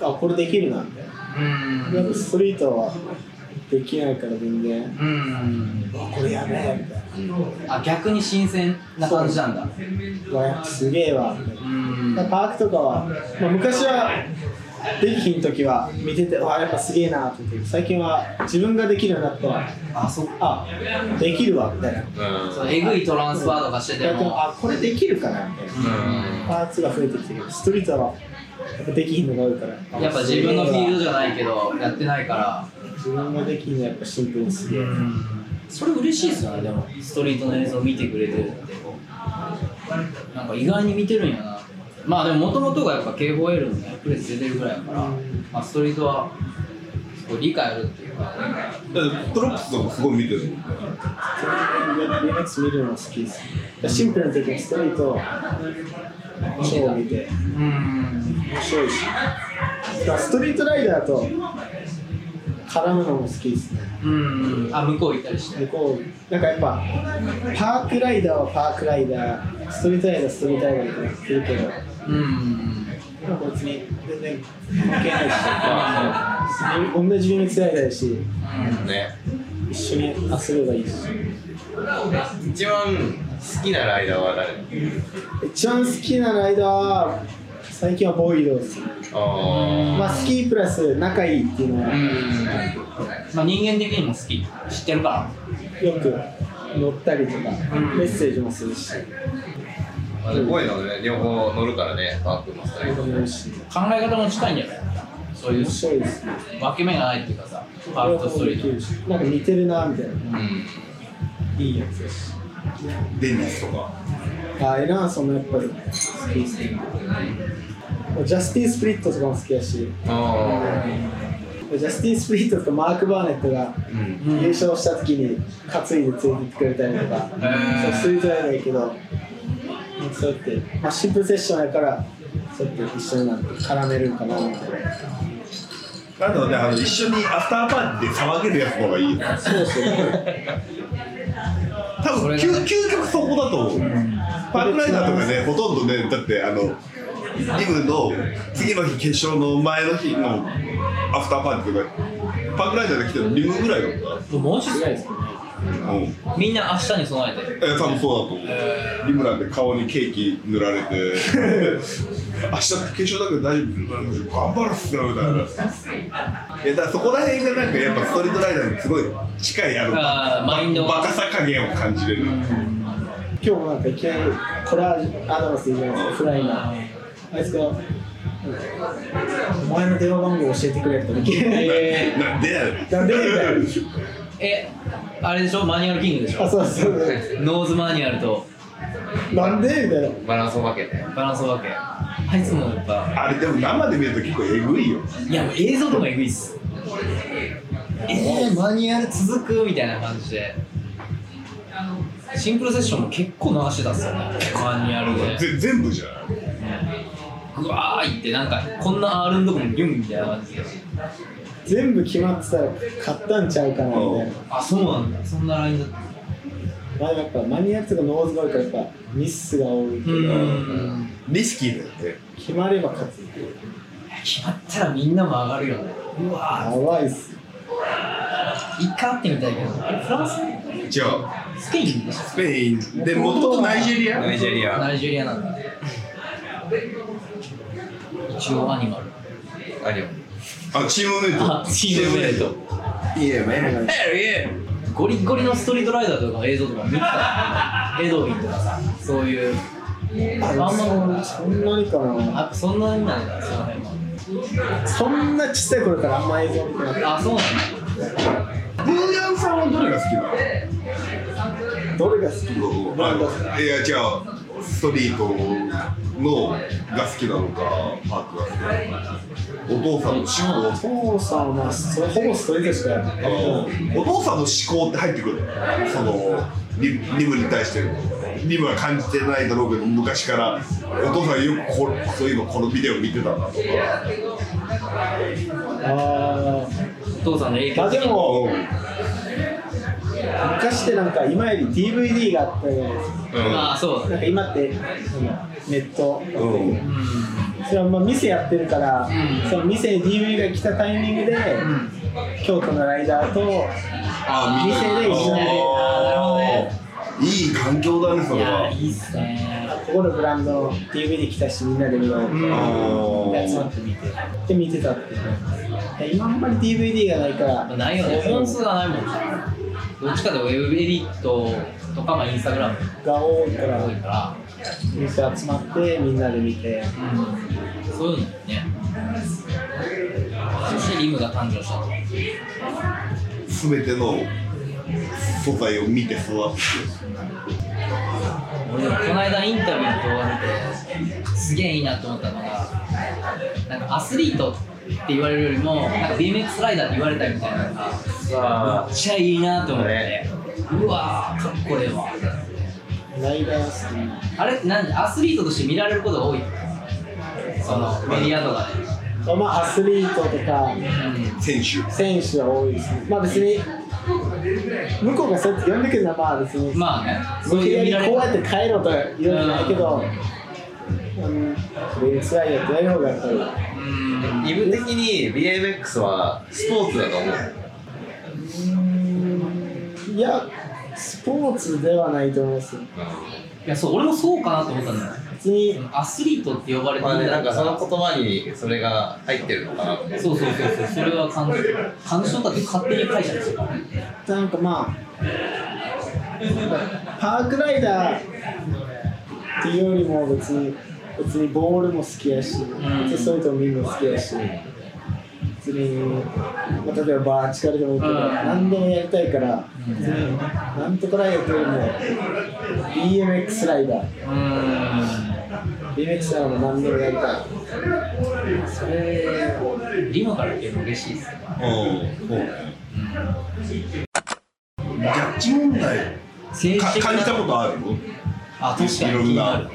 [SPEAKER 4] あこれできるなみたいな
[SPEAKER 2] う
[SPEAKER 4] やっ
[SPEAKER 2] ん
[SPEAKER 4] ぱストリートはできないから全然
[SPEAKER 2] うん
[SPEAKER 4] あこれやべえみたい
[SPEAKER 2] あ逆に新鮮な感じなんだ
[SPEAKER 4] なうわやっぱすげえわみたいな
[SPEAKER 2] うん
[SPEAKER 4] パークとかは、まあ、昔はできひん時は見ててわあやっぱすげえなって言って最近は自分ができるようになったら
[SPEAKER 2] あそっか
[SPEAKER 4] あできるわみたいな
[SPEAKER 2] そのえぐいトランスファーとかしてて
[SPEAKER 4] やっても
[SPEAKER 2] も
[SPEAKER 4] あこれできるかなみたいなパーツが増えてきてるけどストリートはやっぱできひんのが多いから
[SPEAKER 2] やっぱ自分のフィールドじ
[SPEAKER 4] ゃ
[SPEAKER 2] ゃないけどやってないから
[SPEAKER 4] 自分ができひんのやっぱシンプルにすげえ
[SPEAKER 2] それ嬉しいですよねでもストリートの映像見てくれてるってなんか意外に見てるんやなって思ってまあでも元々がやっぱ K4L のねプレス出てるぐらいやから、まあ、ストリートはこう理解あるっていうか
[SPEAKER 5] だってドロップスとかすごい見てるもんね
[SPEAKER 4] リラックス見るの好きですシンプルな時にストリートをショーを見て
[SPEAKER 2] うん
[SPEAKER 4] 面白いしストリートライダーと絡むのも好きですね
[SPEAKER 2] うんあ向こう行ったりして
[SPEAKER 4] でこうなんかやっぱパークライダーはパークライダーストリートライダーはストリートライダーってなってるけど
[SPEAKER 2] うん
[SPEAKER 4] なんか別に全然関係ないし同じユニットライダーやし
[SPEAKER 3] ね
[SPEAKER 4] 一緒に遊べばいいし
[SPEAKER 3] 一番好きなライダーは誰
[SPEAKER 4] 一番好きなライダーは最近はボイドですね
[SPEAKER 3] あ
[SPEAKER 4] まあ好きプラス仲いいっていうのは
[SPEAKER 2] まあ人間的にも好き知ってるか
[SPEAKER 4] よく乗ったりとかメッセージもするし
[SPEAKER 3] あすごいのね両方乗るからねパークもスタイル
[SPEAKER 4] 乗るし
[SPEAKER 2] ら考え方も近いんじゃないそういう
[SPEAKER 4] 面白いですね
[SPEAKER 2] 分け目がないっていうかさパークとストリート
[SPEAKER 4] なんか似てるなみたいな
[SPEAKER 3] うん
[SPEAKER 4] いいやつだし
[SPEAKER 5] デニスとか
[SPEAKER 4] あエランソンもやっぱり好きですねジャスティン・スプリットとかも好きやし
[SPEAKER 3] あ
[SPEAKER 4] ジャスティン・スプリットとかマーク・バーネットが
[SPEAKER 3] ーうん
[SPEAKER 2] うん
[SPEAKER 4] 優勝した時に担いで連れてってくれたりとか、
[SPEAKER 2] ー
[SPEAKER 4] そうストリートライダーやけどそうやって、まあ、シップセッションやからそうやって一緒になって絡めるんかなみたいな
[SPEAKER 5] なのであの一緒にアフターパーティーで騒げるやつの方がいいよ
[SPEAKER 4] そうですよね
[SPEAKER 5] 多分究究極そこだと思う、パークライダーとかねほとんどねだってあのリブの次の日決勝の前の日のアフターパーティーとかパークライダーで来てるのリブぐらいだっ
[SPEAKER 2] マジっす
[SPEAKER 4] 違い
[SPEAKER 2] か
[SPEAKER 4] ですよね
[SPEAKER 5] たうん
[SPEAKER 2] みんな明日に備えて
[SPEAKER 5] え多分そうだと思う、リムなんて顔にケーキ塗ら
[SPEAKER 2] [laughs]
[SPEAKER 5] れて明日化粧だけど大丈夫頑張るっすよみたいないやだからそこら辺がなんかやっぱストリートライダーにすごい近いある
[SPEAKER 2] あーマインドが
[SPEAKER 5] バカさ加減を感じれる、
[SPEAKER 4] 今日もなんかいきなりコラージュアドバイスいるじゃないですかフライなあいつがなんか「お前の電話番号教えてくれ」とかいきなり
[SPEAKER 2] え
[SPEAKER 5] なんでやねん
[SPEAKER 4] なんでみた
[SPEAKER 2] [laughs]
[SPEAKER 4] いな
[SPEAKER 2] ー、えあれでしょマニュアルキングでし
[SPEAKER 4] あ
[SPEAKER 2] ょ
[SPEAKER 4] そうそう
[SPEAKER 2] ノーズマニュアルと
[SPEAKER 4] なんでみたいな
[SPEAKER 3] バランスを分けて
[SPEAKER 2] バランス分けあいつもやっぱ
[SPEAKER 5] あれでも生で見ると結構えぐいよ
[SPEAKER 2] いやもう映像とかエグいっすえー、マニュアル続くみたいな感じでシンプルセッションも結構流してたっすよねマニュアルで
[SPEAKER 5] ぜ全部じゃない
[SPEAKER 2] ぐわーいってなんかこんな R のとこもギュンみたいな感じで
[SPEAKER 4] 全部決まってたら買ったんちゃうかなみたいな
[SPEAKER 2] あそうなんだそんなラインだった
[SPEAKER 4] まあやっぱマニアックとかノーズが多いからやっぱミスが多いけ
[SPEAKER 2] う
[SPEAKER 4] ど
[SPEAKER 2] ーん
[SPEAKER 5] リスキーだよね
[SPEAKER 4] 決まれば勝つっていう
[SPEAKER 2] 決まったらみんなも上がるよねうわ
[SPEAKER 4] やばいっす
[SPEAKER 2] ー一回会ってみたいけどあれフランス
[SPEAKER 5] じゃあ
[SPEAKER 2] スペインでしょ
[SPEAKER 5] スペインでもともとナイジェリア
[SPEAKER 3] ナイジェリア
[SPEAKER 2] ナイジェリアなんだ一応アニマル
[SPEAKER 3] あるよ
[SPEAKER 5] あチームメイト
[SPEAKER 2] あチームメイト
[SPEAKER 5] いいよね
[SPEAKER 2] ゴリゴリのストリートライダーとかの映像とか見てたエドウィンとかさそういう
[SPEAKER 4] あん
[SPEAKER 2] あ
[SPEAKER 4] ま
[SPEAKER 2] んま
[SPEAKER 4] そんなにかな
[SPEAKER 2] あそんなになんだその辺は
[SPEAKER 4] そんなちっさい頃からあんま映像見てなかっ
[SPEAKER 2] あそうなんだ
[SPEAKER 5] ブーヤンさんはどれが好きなの
[SPEAKER 4] たどれが好きなんだ
[SPEAKER 5] あいやじゃあストリートのが好きなのかパークが好きなのかお父さんの思考
[SPEAKER 4] 父さんはそれほぼストレートしかやってない
[SPEAKER 5] お父さんの思考って入ってくるそのリリムに対してリムは感じてないだろうけど昔からお父さんよくこそういうのこのビデオ見てたなとか
[SPEAKER 4] あ
[SPEAKER 2] お父さんの影
[SPEAKER 4] ー
[SPEAKER 2] 響
[SPEAKER 4] まあで
[SPEAKER 2] 的に
[SPEAKER 4] も
[SPEAKER 5] うん
[SPEAKER 4] 昔ってなんか今より DVD があったじゃないですか
[SPEAKER 2] まあそうだ
[SPEAKER 4] なん
[SPEAKER 2] ね
[SPEAKER 4] か今ってそのネット
[SPEAKER 5] うんうん
[SPEAKER 4] それはまあ店やってるから、
[SPEAKER 2] うん
[SPEAKER 4] その店に DVD が来たタイミングで、京都のライダーと
[SPEAKER 5] あ
[SPEAKER 4] 店で一緒
[SPEAKER 2] あー
[SPEAKER 4] に
[SPEAKER 2] なるほ
[SPEAKER 5] いい環境だねそ
[SPEAKER 2] い
[SPEAKER 5] れ
[SPEAKER 2] や
[SPEAKER 5] は
[SPEAKER 2] ーいいっすね
[SPEAKER 4] ここのブランドの DVD 来たしみんなで見よう
[SPEAKER 2] うん
[SPEAKER 4] って集まって見てで見てたっていうで今あんまり DVD がないから
[SPEAKER 2] まあないよね
[SPEAKER 4] そう
[SPEAKER 2] 本数がないもんねどっちかでウェブエディットとかまあインスタグラム
[SPEAKER 4] が多いか
[SPEAKER 2] が
[SPEAKER 4] ら
[SPEAKER 2] 多いから
[SPEAKER 4] 店集まってみんなで見て
[SPEAKER 2] うんそういうのねそしてリムが誕生したと
[SPEAKER 5] 全ての素材を見て育って
[SPEAKER 2] 俺でもこの間インタビューの動画見てすげえいいなと思ったのがなんかアスリートって言われるよりもなんか BMX ライダーって言われたいみたいなのが
[SPEAKER 3] さ
[SPEAKER 2] めっちゃいいなと思ってうわーかっこええわ
[SPEAKER 4] ライダー好き
[SPEAKER 2] あれなんでアスリートとして見られることが多いそのメディアとか
[SPEAKER 4] まあアスリートとか
[SPEAKER 2] で、
[SPEAKER 5] 選手
[SPEAKER 4] 選手は多いですねまあ別に向こうがそうやって呼んでくるのはまあ別に
[SPEAKER 2] うん、まあね
[SPEAKER 4] 無理やりこうやって
[SPEAKER 2] う
[SPEAKER 4] 帰ろうとは言うんじゃないけど、うん、ベースライダーってやる方がやっぱり、
[SPEAKER 2] ん
[SPEAKER 3] 自分的に BMX はスポーツだと思う
[SPEAKER 4] いや、スポーツではないと思いますよ。
[SPEAKER 2] いやそう俺もそうかなと思ったんだよ
[SPEAKER 4] 別に、
[SPEAKER 2] アスリートって呼ばれて
[SPEAKER 3] まあ
[SPEAKER 2] いい
[SPEAKER 3] ね
[SPEAKER 2] ん
[SPEAKER 3] なん
[SPEAKER 2] だった
[SPEAKER 3] からその言葉にそれが入ってるのかなって
[SPEAKER 2] そうそうそうそうそれ
[SPEAKER 3] [laughs]
[SPEAKER 2] は感じた感じ取ったって勝手に解釈してるからね
[SPEAKER 4] なんかまあ、パークライダーっていうよりも別に、別にボールも好きやし、
[SPEAKER 2] ん
[SPEAKER 4] 別にそういうと見るの好きやし、別に、まあ、例えばバーチカルでもいいけど、
[SPEAKER 2] うん
[SPEAKER 4] 何でもやりたいから、
[SPEAKER 2] うん
[SPEAKER 4] 別に、なんとかライダーというよりも、BMX ライダー。
[SPEAKER 2] うー
[SPEAKER 4] リメックさんも何でもやりたい。
[SPEAKER 2] んそれリムからっていうの嬉しいですね
[SPEAKER 5] うんそうねジャッジ問題
[SPEAKER 2] 精
[SPEAKER 5] か
[SPEAKER 2] 神的な
[SPEAKER 5] 感じたことある
[SPEAKER 2] あ確かに
[SPEAKER 5] いろん
[SPEAKER 2] 気にな
[SPEAKER 5] な
[SPEAKER 2] る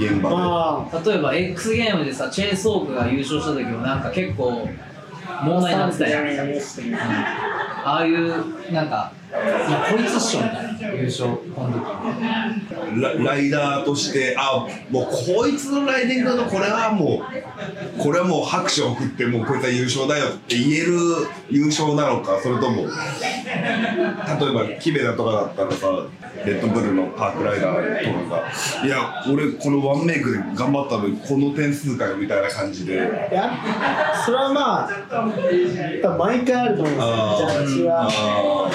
[SPEAKER 5] 現場
[SPEAKER 4] まあ
[SPEAKER 2] 例えば X ゲームでさチェーンソークが優勝した時もなんか結構問題になってたやん
[SPEAKER 4] サンプルのニュースね
[SPEAKER 2] ああいうなんかいやこいつっしょみたいな優勝この時
[SPEAKER 5] でラライダーとしてあもうこいつのライディングのこれはもうこれはもう拍手を送ってもうこいつは優勝だよって言える優勝なのかそれとも例えばキベダとかだったらさレッドブルのパークライダーとかさいや俺このワンメイクで頑張ったのにこの点数かよみたいな感じで
[SPEAKER 4] いやそれはまあ多分毎回あると思うんですよジャッジは
[SPEAKER 5] あ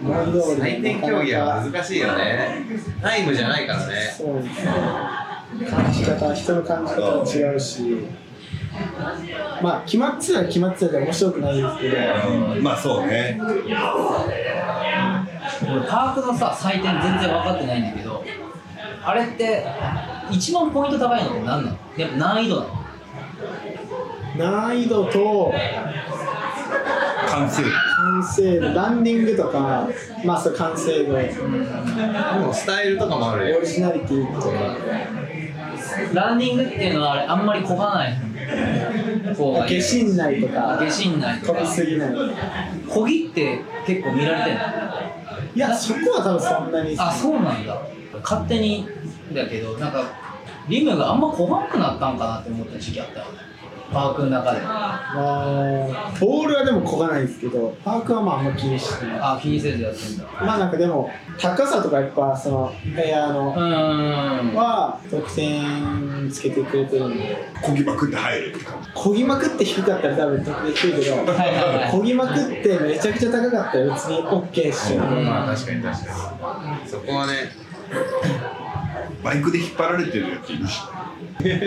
[SPEAKER 4] 何通り
[SPEAKER 3] 採点競技は難しいよねタイムじゃないからね
[SPEAKER 4] そうですね感じ方人の感じ方は違うしまあ決まってたら決まってたで面白くないですけど
[SPEAKER 5] ーうんまあそうね
[SPEAKER 2] 俺パークのさ採点全然分かってないんだけどあれって一番ポイント高いのって何なのやっぱ難易度なの
[SPEAKER 4] 難易度と
[SPEAKER 5] 関数
[SPEAKER 4] 完成度ランディングとかまあそう完成度オ
[SPEAKER 3] でもスタイルとかもあるよ
[SPEAKER 4] リジナリティとか
[SPEAKER 2] ランニングっていうのはあれあんまりこがない方がいい
[SPEAKER 4] 下心ないとか
[SPEAKER 2] 下心ないと
[SPEAKER 4] 飛
[SPEAKER 2] か
[SPEAKER 4] びすぎない
[SPEAKER 2] こぎって結構見られてる
[SPEAKER 4] いやそこは多分そんなに
[SPEAKER 2] あそうなんだ勝手にだけどなんかリムがあんまこがんくなったんかなって思った時期あったよねパークの中であ
[SPEAKER 4] まあボールはでもこがないですけどパークはまああんま気にしてない
[SPEAKER 2] 気にせずやってんだ
[SPEAKER 4] まあなんかでも高さとかやっぱそのエア
[SPEAKER 2] う
[SPEAKER 4] の
[SPEAKER 2] ーん
[SPEAKER 4] は得点つけてくれてるんで
[SPEAKER 5] こぎまくって入るって感じ
[SPEAKER 4] こぎまくって低かったら多分得点低いけど
[SPEAKER 2] はいはいはい
[SPEAKER 4] こぎまくってめちゃくちゃ高かったら別に OK っしょ [laughs]
[SPEAKER 3] まあ確かに確かにそこはね
[SPEAKER 5] バイクで引っ張られてるやついるし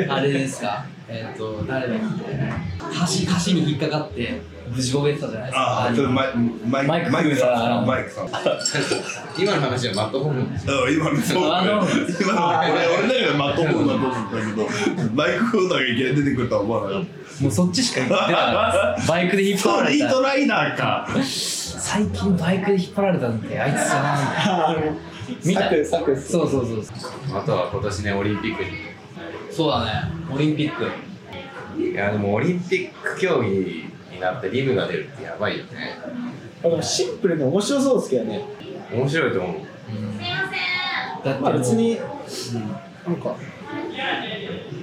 [SPEAKER 2] あれですか、えっ、と、誰だっけ、箸、箸に引っかかって、ぶちこげてたじゃないですか。
[SPEAKER 5] ああ、それマイマイ
[SPEAKER 2] マイク
[SPEAKER 5] マイクさ
[SPEAKER 2] あー
[SPEAKER 5] ん、マイクさん。
[SPEAKER 3] 今の話はマットフォーム
[SPEAKER 5] うん今のそう、
[SPEAKER 2] あの
[SPEAKER 5] 今の俺俺の中でまともだと思ったけど、マイクコーナーがいきなり出てくるとは思わなかっ
[SPEAKER 2] もうそっちしか言ってなかった。バイクで引
[SPEAKER 5] た。
[SPEAKER 2] っ張
[SPEAKER 5] ス
[SPEAKER 2] ら
[SPEAKER 5] ト
[SPEAKER 2] れ
[SPEAKER 5] リート
[SPEAKER 2] た。
[SPEAKER 5] ライナーか。
[SPEAKER 2] 最近バイクで引っ張られたんで、あいつさ、
[SPEAKER 4] あの
[SPEAKER 2] 見た
[SPEAKER 4] サクサクです
[SPEAKER 2] そうそうそうそう。
[SPEAKER 3] あとは今年ねオリンピックに
[SPEAKER 2] そうだね、オリンピック。
[SPEAKER 3] いやでもオリンピック競技になってリムが出るってやばいよね
[SPEAKER 4] でもシンプルに面白そうですけどね
[SPEAKER 3] 面白いと思う
[SPEAKER 2] だって
[SPEAKER 4] まあ
[SPEAKER 2] もう
[SPEAKER 4] 別になんか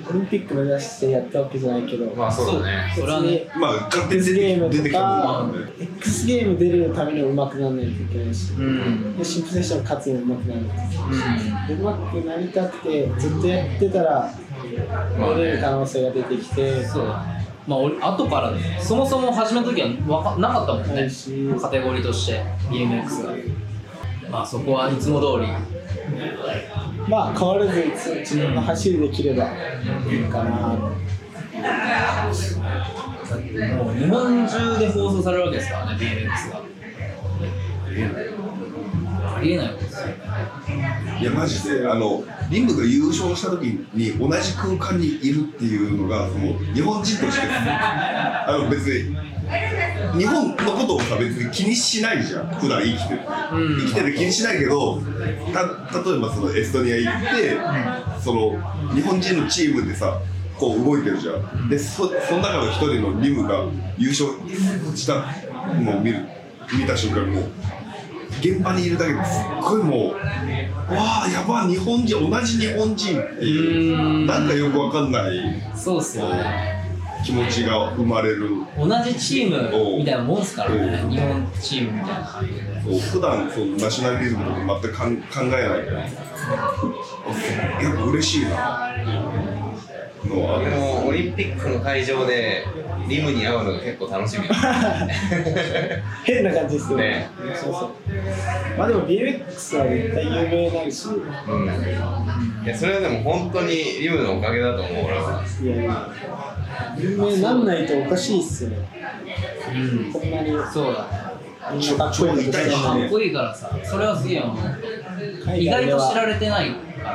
[SPEAKER 4] オリンピック目指してやったわけじゃないけど
[SPEAKER 3] まあそうだね
[SPEAKER 2] それはね、
[SPEAKER 5] まあ、勝手に
[SPEAKER 4] X ゲー
[SPEAKER 5] 出て
[SPEAKER 4] ム
[SPEAKER 5] 出て
[SPEAKER 4] と
[SPEAKER 5] くるもん
[SPEAKER 4] か
[SPEAKER 5] なんで。
[SPEAKER 4] X ゲーム出るためにも上手くならないといけないし
[SPEAKER 2] うん、うん、
[SPEAKER 4] でシンプル選手も勝つにも上手くならないで上手くなりたくてずっとやってたら
[SPEAKER 3] まあ
[SPEAKER 4] 出れる
[SPEAKER 3] ね
[SPEAKER 4] 可能性が出てきて
[SPEAKER 2] そうだね。まあ、俺後からだねそもそも始めた時はわかなかったもん
[SPEAKER 4] な
[SPEAKER 2] ね
[SPEAKER 4] いし
[SPEAKER 2] カテゴリーとして BMX がまあそこはいつも通り
[SPEAKER 4] まあ変わらず自分の走りできればいいかな [laughs]
[SPEAKER 2] もう日本中で放送されるわけですからね、BMX が。ありえないことですよね。
[SPEAKER 5] いや、マジで、あの、リムが優勝した時に同じ空間にいるっていうのが、その、日本人として、あの、別に、日本のことをさ、別に気にしないじゃん、普段生きてる。
[SPEAKER 2] うん
[SPEAKER 5] 生きてて気にしないけど、た例えばそのエストニア行って、その日本人のチームでさ、こう動いてるじゃん。で、そその中の一人のリムが優勝したのを見る見た瞬間にもう、現場にいるだけですっごいもう、わあ、やばい、日本人、同じ日本人っていう
[SPEAKER 2] ー
[SPEAKER 5] う、
[SPEAKER 2] ん
[SPEAKER 5] なんかよくわかんない
[SPEAKER 2] そうっすよね。
[SPEAKER 5] 気持ちが生まれる。
[SPEAKER 2] 同じチームみたいなもんっすからね、日本チームみたいな感じで。
[SPEAKER 5] そう普段そのナショナリズムとか全くかん考えないから、やっぱ嬉しいなのはあ
[SPEAKER 3] で
[SPEAKER 5] る
[SPEAKER 3] もオリンピックの会場でリムに会うのが結構楽しみだね
[SPEAKER 4] 変な感じですよ
[SPEAKER 3] ね
[SPEAKER 4] そうそうまあでも BMX は絶対有名になるし
[SPEAKER 3] うんいやそれはでも本当にリムのおかげだと思う俺はい
[SPEAKER 4] やいや有名になんないとおかしいっすよね
[SPEAKER 2] うん、
[SPEAKER 4] こんなに
[SPEAKER 2] そうだね。
[SPEAKER 4] みんなかっこいいことしてる
[SPEAKER 2] か
[SPEAKER 4] の
[SPEAKER 2] っ
[SPEAKER 4] に
[SPEAKER 2] こいいからさ、それはすげえ思う。
[SPEAKER 4] 海
[SPEAKER 2] 意
[SPEAKER 4] 外
[SPEAKER 2] 外
[SPEAKER 4] で
[SPEAKER 2] と知ら
[SPEAKER 4] は
[SPEAKER 2] れてないから。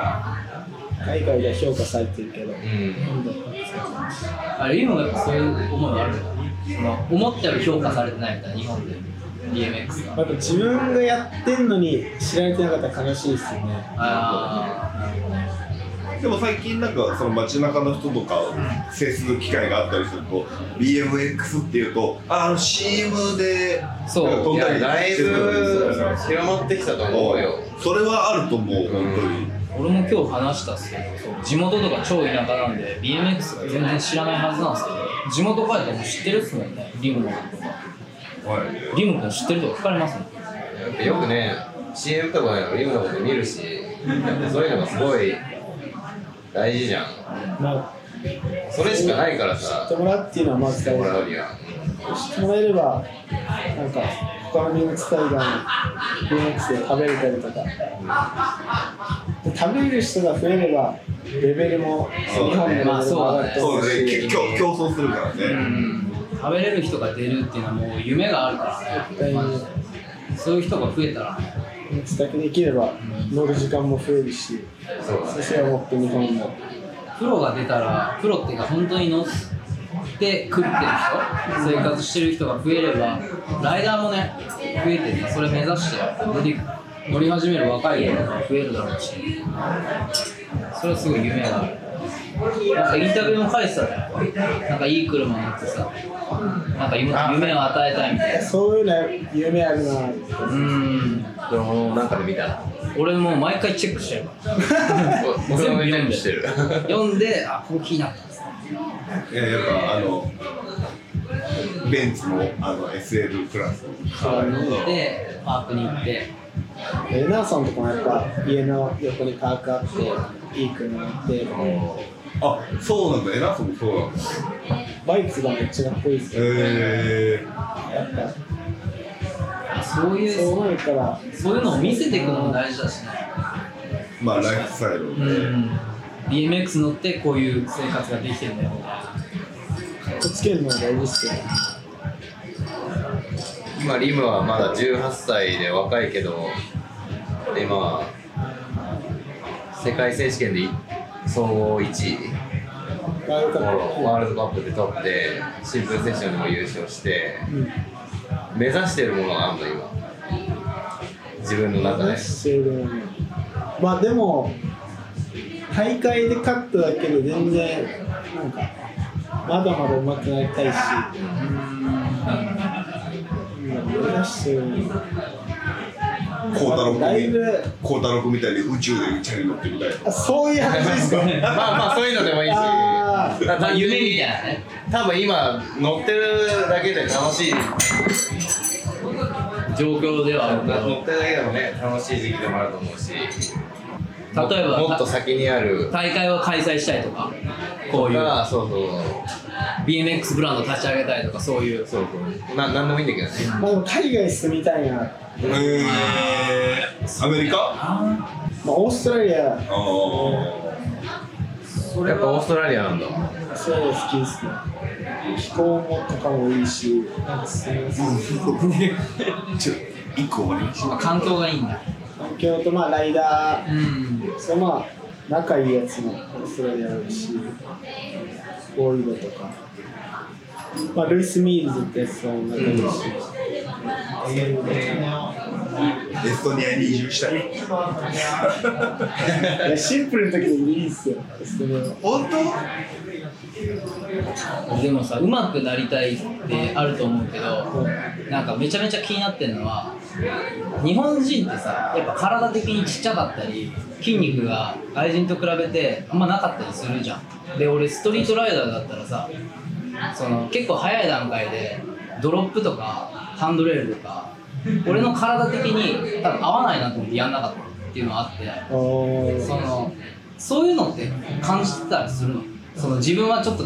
[SPEAKER 4] 海外では評価されてるけど
[SPEAKER 3] うん
[SPEAKER 2] あれ、今もやっぱそういう思いはあるよね。その思ったより評価されてないみたいな、日本で。BMX が。
[SPEAKER 4] やっぱ自分がやってんのに知られてなかったら悲しいですよね
[SPEAKER 2] ああ、
[SPEAKER 5] でも最近なんかその街中の人とか接する機会があったりすると BMX っていうとああの CM でなんか
[SPEAKER 2] そう
[SPEAKER 5] 飛んだり
[SPEAKER 3] だい
[SPEAKER 5] してる
[SPEAKER 3] ぶ広まってきたと思うよ
[SPEAKER 5] それはあると思う本当に、
[SPEAKER 2] 俺も今日話したっすけどそう地元とか超田舎なんで BMX が全然知らないはずなんですけど地元帰っても知ってるっすもんねリムコ君とか
[SPEAKER 5] はい
[SPEAKER 2] リム君知ってるとか聞かれますもん
[SPEAKER 3] やっぱよくね CM とかのリムのこと見るしやっぱそういうのがすごい大事じゃん
[SPEAKER 4] ま
[SPEAKER 3] それしかないから
[SPEAKER 4] あ、知っ
[SPEAKER 3] さ
[SPEAKER 4] てもらうっていうのはまず大
[SPEAKER 3] もら
[SPEAKER 4] 事
[SPEAKER 3] うには
[SPEAKER 4] 知ってもらえればなんか他のミルクスタイガーのミルクスで食べれたりとかで食べる人が増えればレベルも
[SPEAKER 5] そう
[SPEAKER 4] 日
[SPEAKER 5] だ
[SPEAKER 4] 本
[SPEAKER 5] ね
[SPEAKER 4] でも上がると
[SPEAKER 5] そ
[SPEAKER 4] 思
[SPEAKER 5] う
[SPEAKER 4] う
[SPEAKER 5] ですね
[SPEAKER 4] し
[SPEAKER 5] き競競争するからね、
[SPEAKER 2] 食べれる人が出るっていうのはもう夢があるから
[SPEAKER 4] 絶対
[SPEAKER 2] ね
[SPEAKER 4] に
[SPEAKER 2] マジでそういう人が増えたら
[SPEAKER 4] ミルクスだけできれば乗る時間も増えるし
[SPEAKER 3] そうだ
[SPEAKER 4] そ
[SPEAKER 3] ね
[SPEAKER 4] してもっと日本も
[SPEAKER 2] プロが出たらプロっていうか本当に乗って食ってる人生活してる人が増えればライダーもね増えてるそれ目指して出て乗り始める若い子とか増えるだろうしそれはすごい夢があるなんかインタビューも書いてたねなんかいい車乗ってさなんか夢夢を与えたいみたいな
[SPEAKER 4] そういうのは夢あるな
[SPEAKER 2] うーん
[SPEAKER 3] それもなんかで見た [laughs] な
[SPEAKER 2] 俺もう毎回チェックしてるから
[SPEAKER 3] 僕
[SPEAKER 2] 全
[SPEAKER 3] も
[SPEAKER 2] 部読
[SPEAKER 3] 全
[SPEAKER 2] ん
[SPEAKER 3] 部
[SPEAKER 2] で
[SPEAKER 3] してる
[SPEAKER 2] 読んであここ気になったんです
[SPEAKER 5] いややっぱあのベンツのあの SL クラス
[SPEAKER 2] でパークに行って
[SPEAKER 4] レナーソンとかもやっぱ家の横にパークあっていい車乗って
[SPEAKER 5] あそうなんだエナソンもそうなんだ
[SPEAKER 4] バイクがめっちゃかっこいいですよ
[SPEAKER 5] えー
[SPEAKER 4] やっぱ
[SPEAKER 2] そういう
[SPEAKER 4] そう思うから
[SPEAKER 2] そういうのを見せていくのも大事だしね。
[SPEAKER 5] まあライフスタイルをね、
[SPEAKER 2] ん。BMX 乗ってこういう生活ができてるんだよ。
[SPEAKER 4] かっこつけるのが大事ですよ
[SPEAKER 3] 今リムはまだ18歳で若いけど今世界選手権でい総合1位
[SPEAKER 4] ワールドカップ
[SPEAKER 3] ワールドカップで取って新聞セッションでも優勝して
[SPEAKER 4] うん
[SPEAKER 3] 目指してるものがあるの今自分の中で
[SPEAKER 4] 話してるのにまあでも大会で勝っただけで全然なんかまだまだ上手くなりたいしうん目指してるの
[SPEAKER 5] 孝太郎
[SPEAKER 4] だい
[SPEAKER 5] 君
[SPEAKER 4] ぶ
[SPEAKER 5] 孝太郎君みたいに宇宙でチャリ乗ってみたい
[SPEAKER 4] あそういう話ですか
[SPEAKER 3] まあまあそういうのでもいいし
[SPEAKER 4] あー
[SPEAKER 3] だ単純に
[SPEAKER 2] 夢みたいなね
[SPEAKER 3] 多分今乗ってるだけで楽しい
[SPEAKER 2] 状況ではある
[SPEAKER 3] 乗ってるだけでもね楽しい時期でもあると思うし
[SPEAKER 2] 例えば
[SPEAKER 3] もっと先にある
[SPEAKER 2] 大会を開催したいとか、こういう
[SPEAKER 3] がそうそう
[SPEAKER 2] BMX ブランド立ち上げたいとか、そういう。
[SPEAKER 3] そうそうななんでもいいんだけどね
[SPEAKER 4] まあでも海外住みたいな、ま
[SPEAKER 5] なへえー、アメリカあ
[SPEAKER 2] あ
[SPEAKER 4] あ、オーストラリア
[SPEAKER 5] あー
[SPEAKER 2] そ
[SPEAKER 3] やっぱオーストラリアなんだ
[SPEAKER 4] そういうの好きですね気候もとかもいいしなんかすごい
[SPEAKER 5] ちょ一個終わりまし
[SPEAKER 2] 環境がいいんだ。
[SPEAKER 4] 環境とまあライダー
[SPEAKER 2] うん。
[SPEAKER 4] そのまあ仲いいやつもオーストラリアだしボイドとか、まあ、ルイス・ミールズってやつも仲いいし、
[SPEAKER 5] エストニアに移住したい
[SPEAKER 4] いやシンプルな時でいいっすよオーストラリアは
[SPEAKER 5] 本当
[SPEAKER 2] でもさ、うまくなりたいってあると思うけど、なんかめちゃめちゃ気になってるのは日本人ってさやっぱ体的にちっちゃかったり筋肉が外人と比べてあんまなかったりするじゃんで俺ストリートライダーだったらさその結構早い段階でドロップとかハンドレールとか俺の体的に多分合わないなと思ってやんなかったっていうのがあって
[SPEAKER 4] あー
[SPEAKER 2] そのそういうのって感じてたりするのその自分はちょっと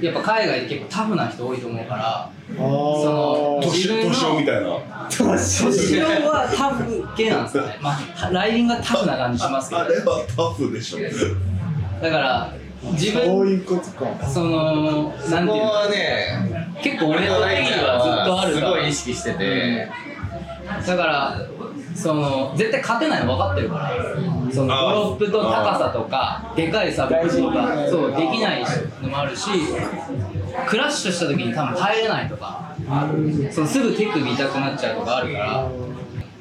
[SPEAKER 2] やっぱ海外で結構タフな人多いと思うからその
[SPEAKER 4] あー
[SPEAKER 5] 年年をみたいな
[SPEAKER 2] 年上はタフ系なんですかね、まあ、ライディングがタフな感じしますけど
[SPEAKER 5] あれはタフでしょ
[SPEAKER 2] だから自
[SPEAKER 4] そう
[SPEAKER 2] 分
[SPEAKER 4] いうことか
[SPEAKER 2] そのなんて
[SPEAKER 3] こ
[SPEAKER 2] いう
[SPEAKER 3] こ
[SPEAKER 2] の
[SPEAKER 3] はね
[SPEAKER 2] 結構俺の的にはずっとある
[SPEAKER 3] す
[SPEAKER 2] か
[SPEAKER 3] ごい意識してて、
[SPEAKER 2] らだからその絶対勝てないの分かってるからそのド
[SPEAKER 5] あー
[SPEAKER 2] ロップと高さとかでかいサブとかそうできないのもあるしクラッシュした時に多分耐えれないとかそのすぐ手首痛くなっちゃうとかあるから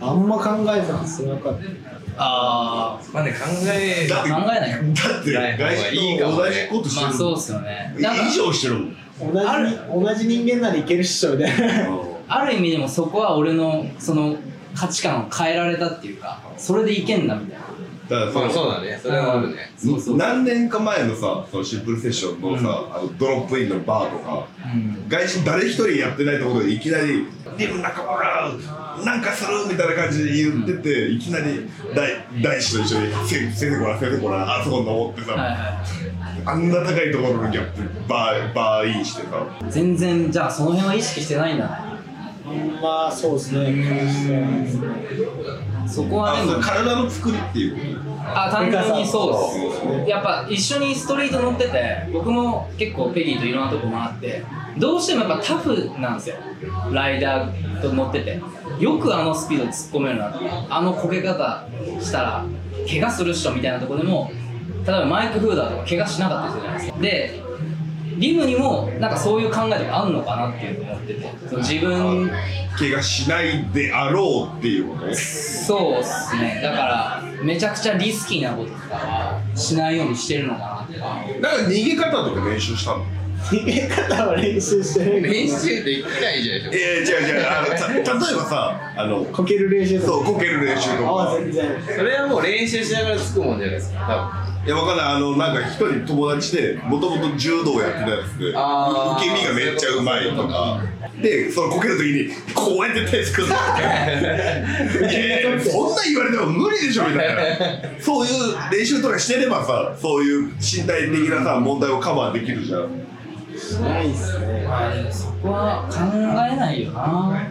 [SPEAKER 4] あんま考えたことなかった
[SPEAKER 2] ああ
[SPEAKER 1] まあね、考え、
[SPEAKER 5] だ
[SPEAKER 2] 考
[SPEAKER 5] っ
[SPEAKER 2] え
[SPEAKER 5] て
[SPEAKER 2] ないよ
[SPEAKER 5] だって
[SPEAKER 3] ない方が
[SPEAKER 5] 外
[SPEAKER 3] いい
[SPEAKER 5] 資
[SPEAKER 3] か
[SPEAKER 5] と
[SPEAKER 3] も
[SPEAKER 5] 同
[SPEAKER 3] ね
[SPEAKER 5] じことして
[SPEAKER 2] まあ
[SPEAKER 5] る
[SPEAKER 2] そう
[SPEAKER 5] も
[SPEAKER 2] っ
[SPEAKER 5] ん
[SPEAKER 2] すよねなんか
[SPEAKER 5] 以上してるもん
[SPEAKER 4] 同じ
[SPEAKER 2] ある
[SPEAKER 4] 同じ人間ならいけるっしょみたいな
[SPEAKER 2] ある意味でもそこは俺のその価値観を変えられたっていうかそれでいけんなみたいな
[SPEAKER 5] だからそ
[SPEAKER 3] ま
[SPEAKER 5] の
[SPEAKER 3] あそうだねそれはあるね
[SPEAKER 2] そうそう
[SPEAKER 5] 何年か前のさそのシンプルセッションのさ、あのドロップインのバーとか
[SPEAKER 2] うん
[SPEAKER 5] 外人誰一人やってないところでいきなり「リム中村なんかする!」みたいな感じで言ってて、いきなり大大師と一緒に「せ先生こら先生こらあそこ登ってさ、
[SPEAKER 2] はいは
[SPEAKER 5] あんな高いところのギャップバーバーインしてさ
[SPEAKER 2] い全然じゃあその辺は意識してないんだね
[SPEAKER 4] まあそうですね
[SPEAKER 2] そこは
[SPEAKER 5] あ
[SPEAKER 2] で
[SPEAKER 5] そ
[SPEAKER 2] も
[SPEAKER 5] う体の作りっていうこと
[SPEAKER 2] あ単純にそう
[SPEAKER 5] そうそう
[SPEAKER 2] ですやっぱ一緒にストリート乗ってて僕も結構ペギーといろんなとこ回ってどうしてもやっぱタフなんですよライダーと乗っててよくあのスピード突っ込めるなってあのこけ方したら怪我するっしょみたいなとこでも例えばマイク・フーダーとか怪我しなかった人じゃないですかでリムにもなんかそういう考えとかあんのかなっていうのを思っててその自分
[SPEAKER 5] 怪我しないであろうっていう [laughs] ことね
[SPEAKER 2] そうっすねだからめちゃくちゃリスキーなこととかはしないようにしてるのかなとか
[SPEAKER 5] なんか逃げ方とか練習したの
[SPEAKER 4] [laughs] 逃げ方は練習してる
[SPEAKER 3] 練習できないじゃない
[SPEAKER 5] い
[SPEAKER 3] で
[SPEAKER 5] やいや違う違うあのさ例えばさあの
[SPEAKER 4] こける練習とか
[SPEAKER 5] そうこける練習と
[SPEAKER 4] あ
[SPEAKER 5] か
[SPEAKER 4] あ全然
[SPEAKER 3] すかそれはもう練習しながらつくもんじゃないですか
[SPEAKER 5] いやわかんないあのなんか一人友達でもともと柔道やってたやつで受
[SPEAKER 3] あー
[SPEAKER 5] け身がめっちゃうまいとかでそのこける時にこうやって
[SPEAKER 3] [laughs]
[SPEAKER 5] 手作るいやいやそんなん言われても無理でしょみたいなそういう練習とかしてればさそういう身体的なさ問題をカバーできるじゃん
[SPEAKER 4] しないっすね
[SPEAKER 2] そこは考えないよな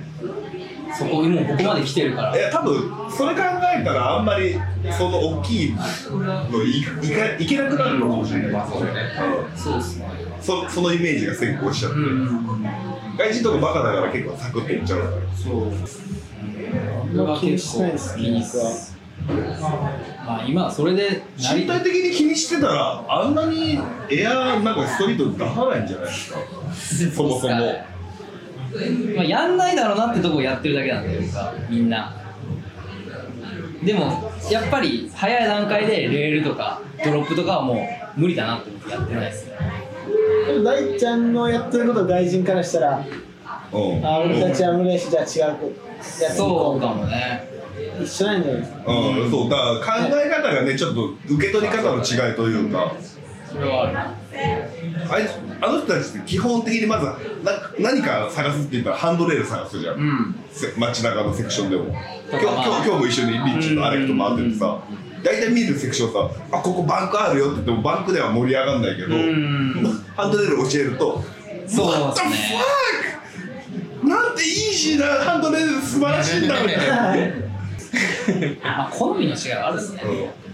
[SPEAKER 2] そこもうここまで来てるから
[SPEAKER 5] いや多分それ考えたらあんまりその大きいのいいかいけなくなるのかもしれない、うん
[SPEAKER 2] そうっすね
[SPEAKER 5] そそのイメージが先行しちゃって、
[SPEAKER 2] うんうん
[SPEAKER 5] 外人とかバカだから結構サクッといっちゃうから
[SPEAKER 2] そう
[SPEAKER 4] 僕は気にしないっすね僕は
[SPEAKER 2] まあ今はそれで成り
[SPEAKER 5] 身体的に気にしてたらあんなにエアなんかストリート出さないんじゃないですかそもそも
[SPEAKER 2] まあ、やんないだろうなってとこをやってるだけなんだよ僕はみんなでもやっぱり早い段階でレールとかドロップとかはもう無理だなって思ってやってないですね
[SPEAKER 4] でも大ちゃんのやってること外人からしたら
[SPEAKER 5] うん
[SPEAKER 4] あ俺たちは無理だしじゃあ違うことやってみ
[SPEAKER 2] そ
[SPEAKER 4] こ
[SPEAKER 2] うかもね
[SPEAKER 4] う一緒なんじゃないですか
[SPEAKER 5] うん、そうだから考え方がねちょっと受け取り方の違いというか
[SPEAKER 2] それはあるな
[SPEAKER 5] あいつあの人たちって基本的にまずな何か探すって言ったらハンドレール探すじゃん
[SPEAKER 2] うん
[SPEAKER 5] せ街中のセクションでも
[SPEAKER 2] と
[SPEAKER 5] 今
[SPEAKER 2] か
[SPEAKER 5] 日
[SPEAKER 2] まあ
[SPEAKER 5] 今日今日も一緒にリッチーとアレクと回っててさ大体見るセクションさあここバンクあるよって言ってもバンクでは盛り上がんないけど
[SPEAKER 2] うん
[SPEAKER 5] ハンドレール教えると
[SPEAKER 2] そうっすね
[SPEAKER 5] What the fuck! なんてイージーなハンドレール素晴らしいんだみたいな
[SPEAKER 2] まあ、好みの違いはあるですね、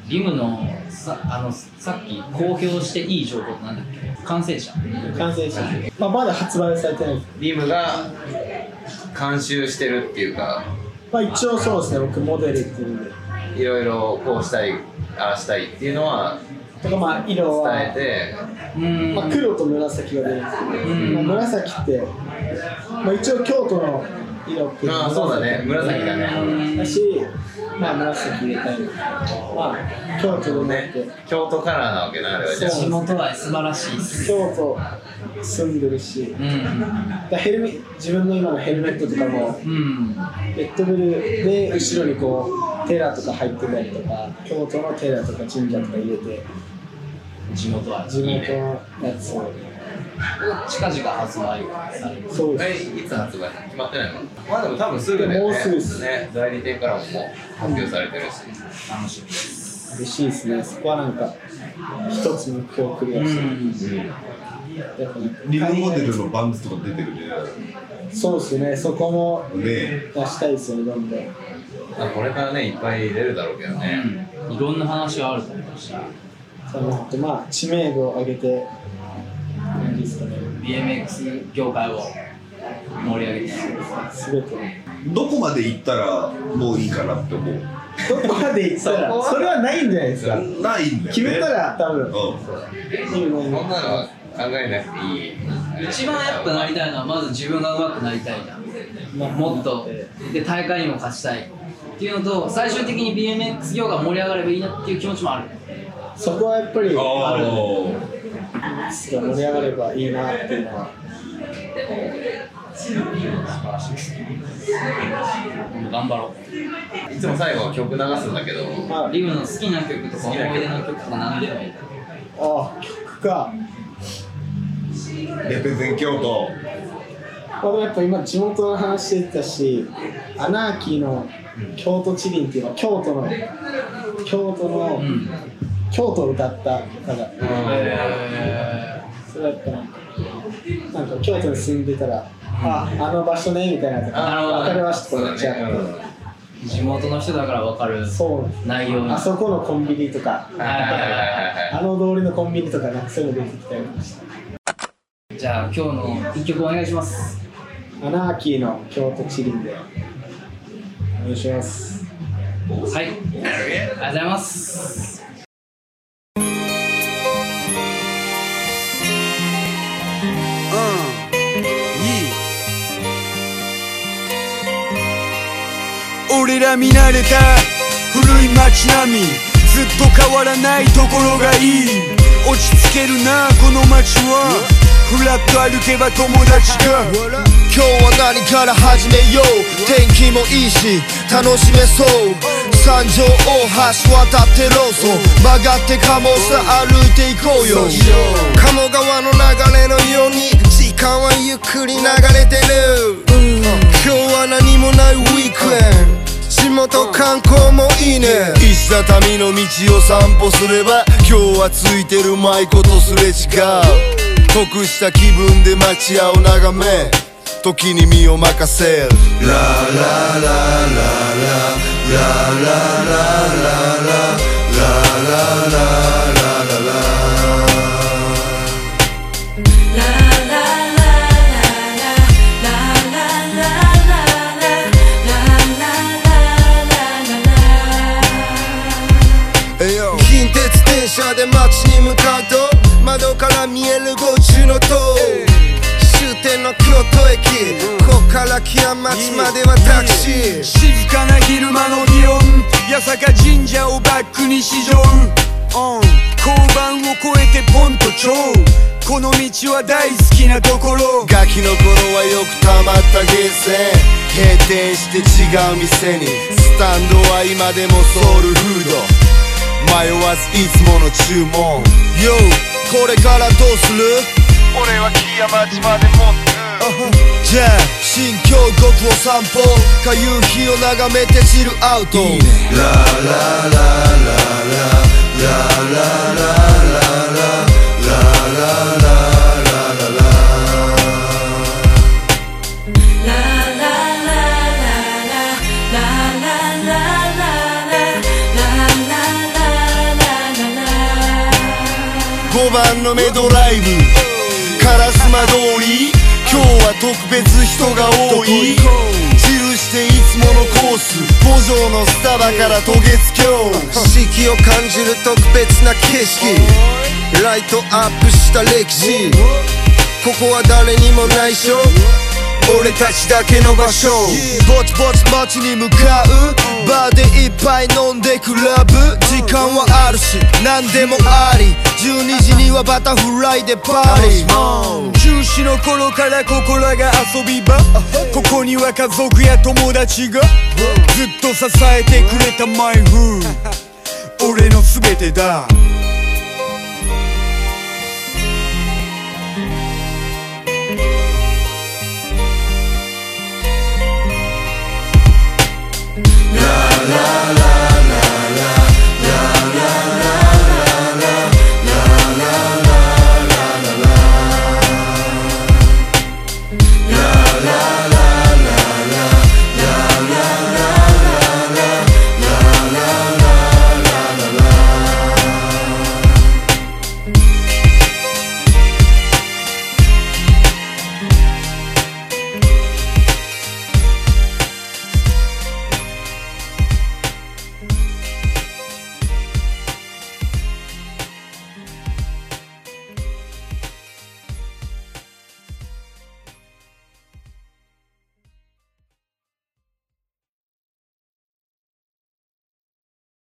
[SPEAKER 2] リムのさあのさっき公表していい情報ってなんだっけ完成者
[SPEAKER 4] 完成した、まあ、まだ発売されてないです、
[SPEAKER 3] 多分リムが監修してるっていうか
[SPEAKER 4] まあ、一応そうですね僕モデルっていうんで
[SPEAKER 3] いろいろこうしたいああしたいっていうのは
[SPEAKER 4] とかまあ色は、
[SPEAKER 3] 伝え
[SPEAKER 2] うーん
[SPEAKER 4] まあ、黒と紫が出るんですけど、
[SPEAKER 2] ん
[SPEAKER 4] まあ、紫って、まあ、一応京都の色って
[SPEAKER 3] てああそうだね紫だね
[SPEAKER 4] だしまあ紫入れたりまあ京都のねって
[SPEAKER 3] 京都カラーなわけなあれはじゃあ
[SPEAKER 2] 地元愛素晴らしいっす
[SPEAKER 4] 京都住んでるし
[SPEAKER 2] うん
[SPEAKER 4] だからヘルメ自分の今のヘルメットとかも
[SPEAKER 2] うん
[SPEAKER 4] レッドブルで後ろにこうテラとか入ってたりとか京都のテラとか神社とか入れて
[SPEAKER 2] 地元愛
[SPEAKER 4] 地元のやつを
[SPEAKER 2] 近々発売される
[SPEAKER 4] そう
[SPEAKER 3] え
[SPEAKER 4] です
[SPEAKER 3] いつ発売決まってないのまあでも多分すぐだよね
[SPEAKER 4] もうすぐっす
[SPEAKER 3] ね代理店からももう発表されてるし
[SPEAKER 2] 楽しみです
[SPEAKER 4] 嬉しいですねそこはなんか一つ目標をクリアして、やっぱなんか
[SPEAKER 5] リムモデルのバンズとか出てるね
[SPEAKER 4] そうですねそこも
[SPEAKER 5] ね
[SPEAKER 4] 出したいですよねどんどん
[SPEAKER 3] まあこれからねいっぱい出るだろうけどね、
[SPEAKER 2] うんいろんな話があると思いました
[SPEAKER 4] そうもっとまあ知名度を上げてなんですかね
[SPEAKER 2] BMX 業界を盛り上げて
[SPEAKER 4] 全て
[SPEAKER 5] どこまで行ったらもういいかなって思う
[SPEAKER 4] どこまで行ったらそれはないんじゃないですか
[SPEAKER 5] ないんだよね
[SPEAKER 4] 決めたら多分
[SPEAKER 5] う
[SPEAKER 4] 意味ない
[SPEAKER 3] そんなのは考えなくていい
[SPEAKER 2] 一番やっぱなりたいのはまず自分が上手くなりたいなもっとで大会にも勝ちたいっていうのと最終的に BMX 業が盛り上がればいいなっていう気持ちもある
[SPEAKER 4] そこはやっぱりある
[SPEAKER 5] あ
[SPEAKER 4] ですが盛り上がればいいなっていうのは
[SPEAKER 2] 頑張ろ
[SPEAKER 3] いつも最後曲流すんだけど
[SPEAKER 2] う
[SPEAKER 4] あ
[SPEAKER 2] リムの好きな曲とか
[SPEAKER 3] 好
[SPEAKER 2] 思
[SPEAKER 3] きな曲
[SPEAKER 2] い出の曲とか何でもいい
[SPEAKER 4] あ曲か
[SPEAKER 5] レペゼン京都
[SPEAKER 4] まあでもやっぱ今地元の話出てたしアナーキーの京都地林っていうのは京都の京都の、
[SPEAKER 2] うん
[SPEAKER 4] 京都を歌った歌が
[SPEAKER 2] え
[SPEAKER 4] それはやっぱなんかなんか京都に住んでたら、ああの場所ねみたいなやつ
[SPEAKER 2] なるほど
[SPEAKER 4] 分かりましたとか言っちゃう
[SPEAKER 3] うん
[SPEAKER 2] ー地元の人だから分かる
[SPEAKER 4] そうなんです
[SPEAKER 2] 内容に
[SPEAKER 4] あそこのコンビニとか
[SPEAKER 2] はいはいはいはい
[SPEAKER 4] あの通りのコンビニとかなんかそういうの出てきたりとかして
[SPEAKER 2] じゃあ今日の一曲お願いします
[SPEAKER 4] アナーキーの京都地林でお願いします
[SPEAKER 2] はいありがとうございます
[SPEAKER 1] 俺ら見慣れた古い街並みずっと変わらないところがいい落ち着けるなこの街はふらっと歩けば友達が
[SPEAKER 6] 今日は何から始めよう天気もいいし楽しめそう三条大橋渡ってローソン曲がって鴨さ歩いていこうよ鴨川の流れのように時間はゆっくり流れてる今日は何もないウィークエンド地元観光もいいね石畳の道を散歩すれば今日はついてる舞妓とすれ違う得した気分で町屋を眺め時に身を任せる近鉄電車で街に向かうと窓から見える五重の塔終点の京都駅こっから木屋町まではタクシー
[SPEAKER 1] 静かな昼間の祇園八坂神社をバックに市場うん交番を越えてポンと町この道は大好きなところ
[SPEAKER 6] ガキの頃はよく溜まったゲーセン閉店して違う店にスタンドは今でもソウルフード迷わずいつもの注文 YO これからどうする
[SPEAKER 1] 俺は木屋町まで持ってく
[SPEAKER 6] じゃあ新京極を散歩か夕日を眺めてチルアウト5番のメドライブ烏丸通り今日は特別人が多いチルしていつものコース五条のスタバから渡月橋四季を感じる特別な景色ライトアップした歴史ここは誰にも内緒俺たちだけの場所ぼちぼち街に向かうバーでいっぱい飲んでクラブ時間はあるし何でもあり12時にはバタフライでパーティー
[SPEAKER 1] 中止の頃からここらが遊び場ここには家族や友達がず
[SPEAKER 6] [laughs]
[SPEAKER 1] っと支えてくれたマイフー俺の全てだ